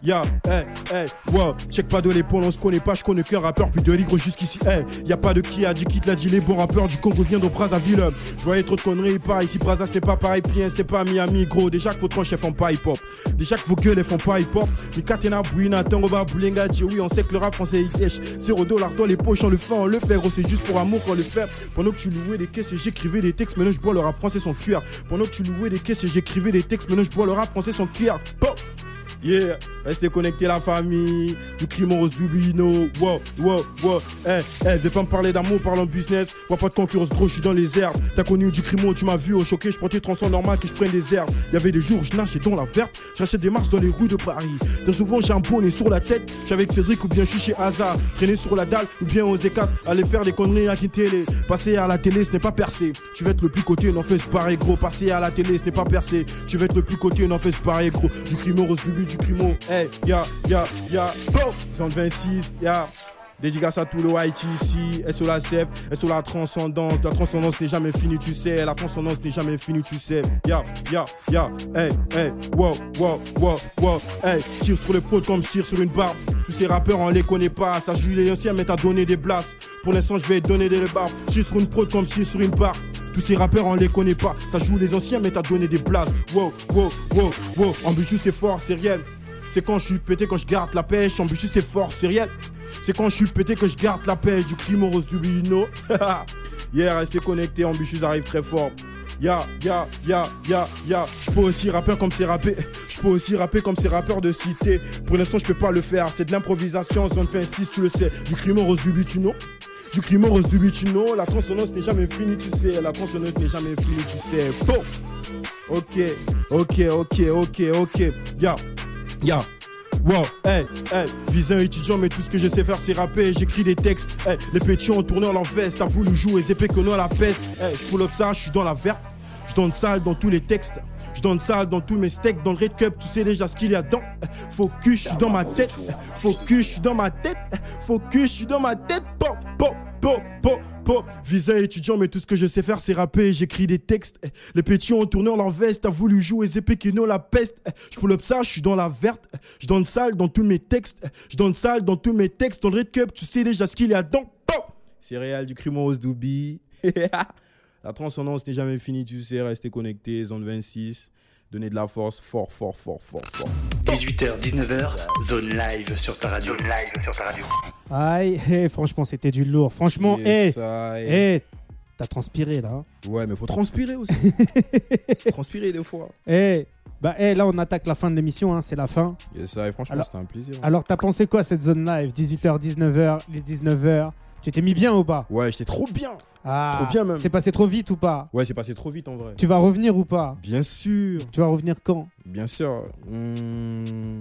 S3: Ya, hey, hey, wow, check pas de l'épaule, on se connaît pas, je connais qu'un rappeur, puis de ligre jusqu'ici, hey, y a pas de qui a dit qui te l'a dit, les bons rappeurs du Congo viennent de Brazzaville, je voyais trop de conneries, pas ici, Brazza c'était pas pareil, puis hein, c'était pas Miami, gros, déjà que vos tranches elles font pas hip hop, déjà que vos gueules elles font pas hip hop, mais Katena Bruina, Tangoba Boulenga, dit oui, on sait que le rap français il yesh, 0 dollar dans les poches, on le fait, on le fait, gros, c'est juste pour amour qu'on le fait, pendant que tu louais des caisses et j'écrivais des textes, maintenant je bois le rap français sans cuir, pendant que tu louais des caisses et j'écrivais des textes, maintenant je bois le rap français sans cuir, Pop. Yeah, restez connectés la famille Du crime rose du bino Wow, wow, wow Eh, eh, viens pas me parler d'amour, parlons business Vois pas de concurrence, gros, je suis dans les airs T'as connu du crime, tu m'as vu au choqué Je prends tes tronçons normal que je prenne les airs Y'avait des jours, je nageais dans la verte J'achetais des marches dans les rues de Paris Bien souvent j'ai un bonnet sur la tête J'avais avec Cédric ou bien je suis chez Hazard Traîner sur la dalle ou bien aux écasses Aller faire des conneries à qui télé Passer à la télé, ce n'est pas percer Tu veux être le plus côté, n'en fais se barrer gros Passer à la télé, ce n'est pas percer Tu veux être le plus côté, n'en fais se barrer gros Du crimo, rose du but, du crimo Hey, ya, ya, ya Boom 126, ya Dédicace à tout le Haïti ici, et sur la CF, et sur la transcendance. La transcendance n'est jamais finie, tu sais. La transcendance n'est jamais finie, tu sais. Ya, ya, ya, hey, hey, wow, wow, wow, wow, hey. Tire sur les potes comme je tire sur une barbe. Tous ces rappeurs, on les connaît pas. Ça joue les anciens, mais t'as donné des blasts. Pour l'instant, je vais donner des barbes. Tire sur une prod comme je tire sur une barbe. Tous ces rappeurs, on les connaît pas. Ça joue les anciens, mais t'as donné des blasts. Wow, wow, wow, wow. Ambitieux, c'est fort, c'est réel. C'est quand je suis pété, quand je garde la pêche. Ambitieux, c'est fort, c'est réel. C'est quand je suis pété que je garde la pêche du crime rose du bino. yeah, restez connectés, ambitieux arrive très fort. Ya, ya, ya, ya, ya. Je peux aussi rapper comme ces rappeurs. Je peux aussi rapper comme ces rappeurs de cité. Pour l'instant, je peux pas le faire. C'est de l'improvisation, zone fin 6, tu le sais. Du crime rose du bituno. Du crime rose du bituno. La consonance n'est jamais finie, tu sais. La consonance n'est jamais finie, tu sais. Bon. Ok, ok, ok, ok, ok. Ya, ya. Wow, hey, hey, vise un étudiant, mais tout ce que je sais faire, c'est rapper. J'écris des textes, hey, les pétions en tournant leur veste. T'as voulu jouer, les épées que non la peste. Hey, je pull up ça, je suis dans la verte. Je donne ça dans tous les textes. Je donne ça dans tous mes steaks, dans le Red Cup, tu sais déjà ce qu'il y a dedans. Focus, je suis dans ma tête. Focus, je suis dans ma tête. Focus, je suis dans ma tête. Pop, pop, pop, pop, pop. Visa étudiant, mais tout ce que je sais faire, c'est rapper. J'écris des textes. Eh, Les pétions ont tourné en leur veste. T'as voulu jouer Zepekino la peste. Eh, Je pull up ça, je suis dans la verte. Eh, Je donne sale dans tous mes textes. Eh, Je donne sale dans tous mes textes. Dans le Red Cup, tu sais déjà ce qu'il y a dedans. Pop. Céréales du crime au Doubi. La transcendance n'est jamais finie, tu sais, restez connectés, zone 26, donnez de la force, fort, fort, fort, fort, fort.
S1: 18h, 19h, zone live sur ta radio. Zone live sur ta radio.
S2: Aïe, hé, franchement, c'était du lourd. Franchement, hé,
S3: Yes, I-
S2: hé, Eh, t'as transpiré là. hein.
S3: Ouais, mais faut transpirer aussi. transpirer des fois.
S2: Hé, bah, hé, là, on attaque la fin de l'émission, hein, c'est la fin.
S3: Yes, I, franchement,
S2: Alors-
S3: c'était un plaisir.
S2: Alors, t'as pensé quoi cette zone live 18h, 19h, les 19h Tu t'es mis bien ou pas
S3: Ouais, j'étais trop bien.
S2: Ah,
S3: Trop bien, même.
S2: C'est passé trop vite ou pas
S3: Ouais, c'est passé trop vite en vrai.
S2: Tu vas revenir ou pas
S3: Bien sûr,
S2: Tu vas revenir quand
S3: bien sûr. Hmm,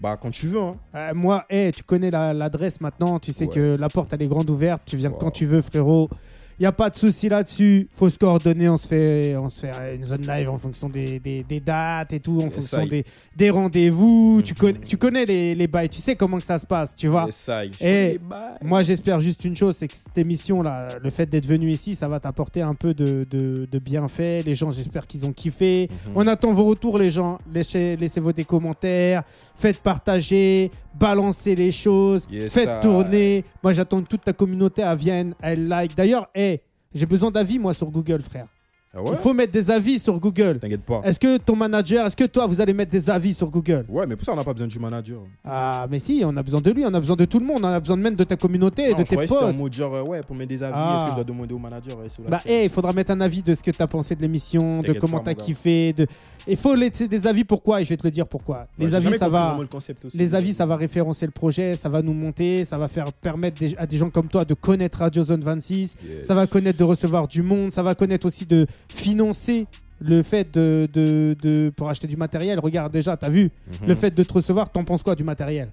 S3: Bah, quand tu veux, hein.
S2: Euh, Moi, hé, tu connais la- l'adresse maintenant, tu sais
S3: Ouais.
S2: que la porte, elle est grande ouverte, tu viens
S3: Wow.
S2: quand tu veux, frérot. Il n'y a pas de souci là-dessus. Faut se coordonner, on se fait, on se fait euh, une zone live en fonction des, des- des dates et tout, en
S3: Yes,
S2: fonction
S3: aïe.
S2: des, des rendez-vous. tu,
S3: Mhm.
S2: connais, tu connais les, les bails, tu sais comment que ça se passe, tu vois.
S3: Yes, I.
S2: Eh,
S3: Bye.
S2: Moi, j'espère juste une chose, c'est que cette émission-là, le fait d'être venu ici, ça va t'apporter un peu de, de, de bienfaits. Les gens, j'espère qu'ils ont kiffé.
S3: Mhm.
S2: On attend vos retours, les gens. Laissez, laissez vos des commentaires, faites partager, balancez les choses,
S3: Yes,
S2: faites
S3: sir.
S2: tourner. Moi, j'attends que toute ta communauté à Vienne, elle like. D'ailleurs, hey, j'ai besoin d'avis, moi, sur Google, frère.
S3: Ah ouais
S2: Il faut mettre des avis sur Google.
S3: T'inquiète pas.
S2: Est-ce que ton manager, est-ce que toi, vous allez mettre des avis sur Google
S3: Ouais, mais pour ça, on n'a pas besoin du manager.
S2: Ah, mais si, on a besoin de lui, on a besoin de tout le monde, on a besoin même de ta communauté,
S3: Non,
S2: Eh, de
S3: je croyais
S2: tes
S3: que c'était en
S2: potes.
S3: mode genre, euh, ouais, pour mettre des avis,
S2: Ah.
S3: est-ce que je dois demander au manager euh, sur la
S2: Bah,
S3: chaîne
S2: hey, il faudra mettre un avis de ce que t'as pensé de l'émission, de
S3: T'inquiète
S2: comment
S3: pas,
S2: t'as
S3: mon gars.
S2: kiffé. De... Il faut laisser des avis pourquoi, et je vais te le dire pourquoi.
S3: Ouais,
S2: Les
S3: Bah, j'ai
S2: avis,
S3: jamais
S2: ça
S3: compris
S2: va.
S3: vraiment le concept aussi.
S2: Les avis, ça va référencer le projet, ça va nous monter, ça va faire permettre des- à des gens comme toi de connaître Radio Zone 26,
S3: Yes.
S2: ça va connaître de recevoir du monde, ça va connaître aussi de financer le fait de, de, de- pour acheter du matériel. Regarde déjà, t'as vu
S3: Mhm.
S2: le fait de te recevoir, t'en penses quoi du matériel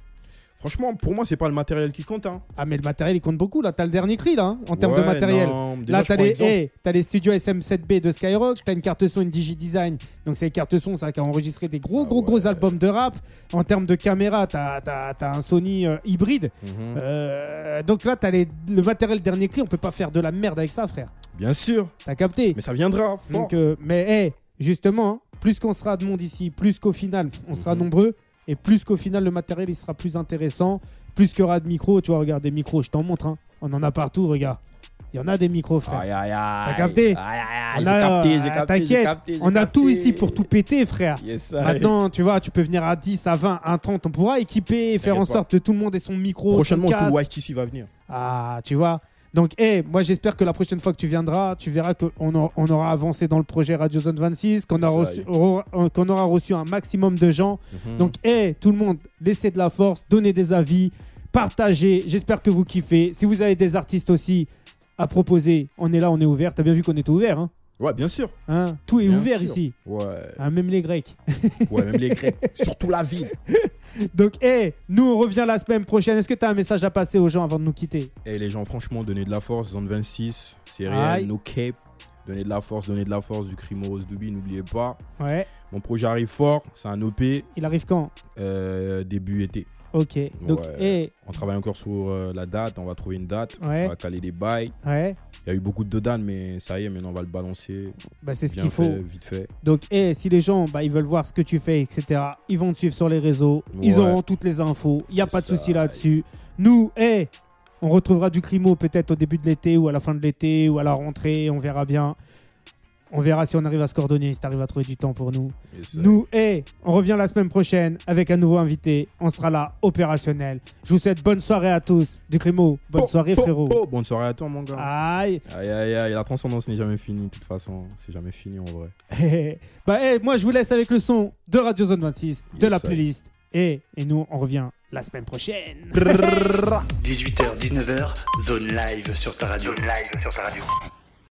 S3: Franchement, pour moi, c'est pas le matériel qui compte. Hein.
S2: Ah mais le matériel il compte beaucoup là, t'as le dernier cri là hein, en termes de
S3: Ouais,
S2: matériel.
S3: non, déjà,
S2: Là,
S3: je
S2: t'as eh.
S3: prends
S2: les,
S3: exemple.
S2: hey, t'as les studios SM7B de Skyrock, t'as une carte son, une Digidesign. Donc, c'est les cartes son, ça, qui a enregistré des gros,
S3: Ah
S2: gros, gros
S3: ouais.
S2: albums de rap. En termes de caméra, t'as, t'as- t'as un Sony euh, hybride.
S3: Mhm.
S2: Euh, donc là, t'as les, le matériel dernier cri, on peut pas faire de la merde avec ça, frère.
S3: Bien sûr,
S2: T'as capté
S3: mais ça viendra. Fort.
S2: donc, euh, mais hey, justement, hein, plus qu'on sera de monde ici, plus qu'au final, on sera
S3: Mhm.
S2: nombreux, et plus qu'au final, le matériel, il sera plus intéressant, plus qu'il y aura de micros. Tu vois, regarde, des micros, je t'en montre. hein. On en a partout, regarde. Il y en a des micros, frère.
S3: Aïe, aïe, aïe.
S2: T'as capté
S3: Aïe, aïe, aïe,
S2: On
S3: j'ai
S2: a-
S3: capté, j'ai
S2: ah,
S3: capté, j'ai
S2: t'inquiète,
S3: capté, j'ai
S2: On a
S3: capté.
S2: tout ici pour tout péter, frère.
S3: Yes, aïe.
S2: Maintenant, tu vois, tu peux venir à 10, à 20, à 30. On pourra équiper et faire en
S3: T'inquiète
S2: sorte que tout le monde ait son micro.
S3: prochainement,
S2: son
S3: tout
S2: casque.
S3: White ici va venir.
S2: Ah, tu vois. Donc, hé, moi j'espère que la prochaine fois que tu viendras, tu verras qu'on a- on aura avancé dans le projet Radio Zone 26, qu'on a
S3: Ça
S2: reçu-
S3: y est. Mhm.
S2: aura- qu'on aura reçu un maximum de gens. Donc, hé, tout le monde, laissez de la force, donnez des avis, partagez. J'espère que vous kiffez. Si vous avez des artistes aussi à proposer, on est là, on est ouvert. T'as bien vu qu'on était ouvert, hein,
S3: Ouais, bien sûr.
S2: Hein Tout est
S3: Bien
S2: ouvert
S3: sûr.
S2: ici,
S3: Ouais,
S2: hein, même les Grecs.
S3: ouais même les Grecs. Surtout la ville.
S2: Donc, hé, nous, on revient la semaine prochaine. Est-ce que tu as un message à passer aux gens avant de nous quitter
S3: Et les gens, franchement, donnez de la force. Zone 26, c'est
S2: Aïe.
S3: réel, no cape. Donnez de la force, donnez de la force du crime au Doubi, n'oubliez pas.
S2: Ouais.
S3: Mon projet arrive fort, c'est un OP,
S2: Il arrive quand
S3: euh, début été.
S2: Ok. Donc,
S3: Ouais.
S2: hé,
S3: On travaille encore sur euh, la date, on va trouver une date,
S2: Ouais.
S3: on va caler des bails.
S2: eh, ouais.
S3: Il y a eu beaucoup de dodanes, mais ça y est, maintenant on va le balancer.
S2: Bah, c'est ce
S3: Bien
S2: qu'il faut.
S3: fait, vite fait.
S2: Donc, hé, si les gens bah, ils veulent voir ce que tu fais, etc., ils vont te suivre sur les réseaux. Ils
S3: Ouais.
S2: auront toutes les infos. Il n'y a
S3: C'est
S2: pas de
S3: ça.
S2: souci là-dessus. Nous, hé, on retrouvera du crimo peut-être au début de l'été ou à la fin de l'été ou à la rentrée. On verra bien. On verra si on arrive à se coordonner, si tu arrives à trouver du temps pour nous.
S3: Et ça-
S2: Nous, et on revient la semaine prochaine avec un nouveau invité. On sera là, opérationnel. Je vous souhaite bonne soirée à tous. Du Crimo, bonne
S3: Po,
S2: soirée,
S3: po,
S2: frérot. Ah,
S3: po. Bonne soirée à toi, mon gars.
S2: Aïe.
S3: Aïe, aïe, aïe, la transcendance n'est jamais finie, de toute façon. hein. C'est jamais fini en vrai.
S2: bah, eh, moi, je vous laisse avec le son de Radio Zone 26, de
S3: Yes,
S2: la
S3: sir.
S2: playlist. Et, et nous, on revient la semaine prochaine.
S1: 18h, 19h, zone live sur ta radio. Zone live sur ta radio.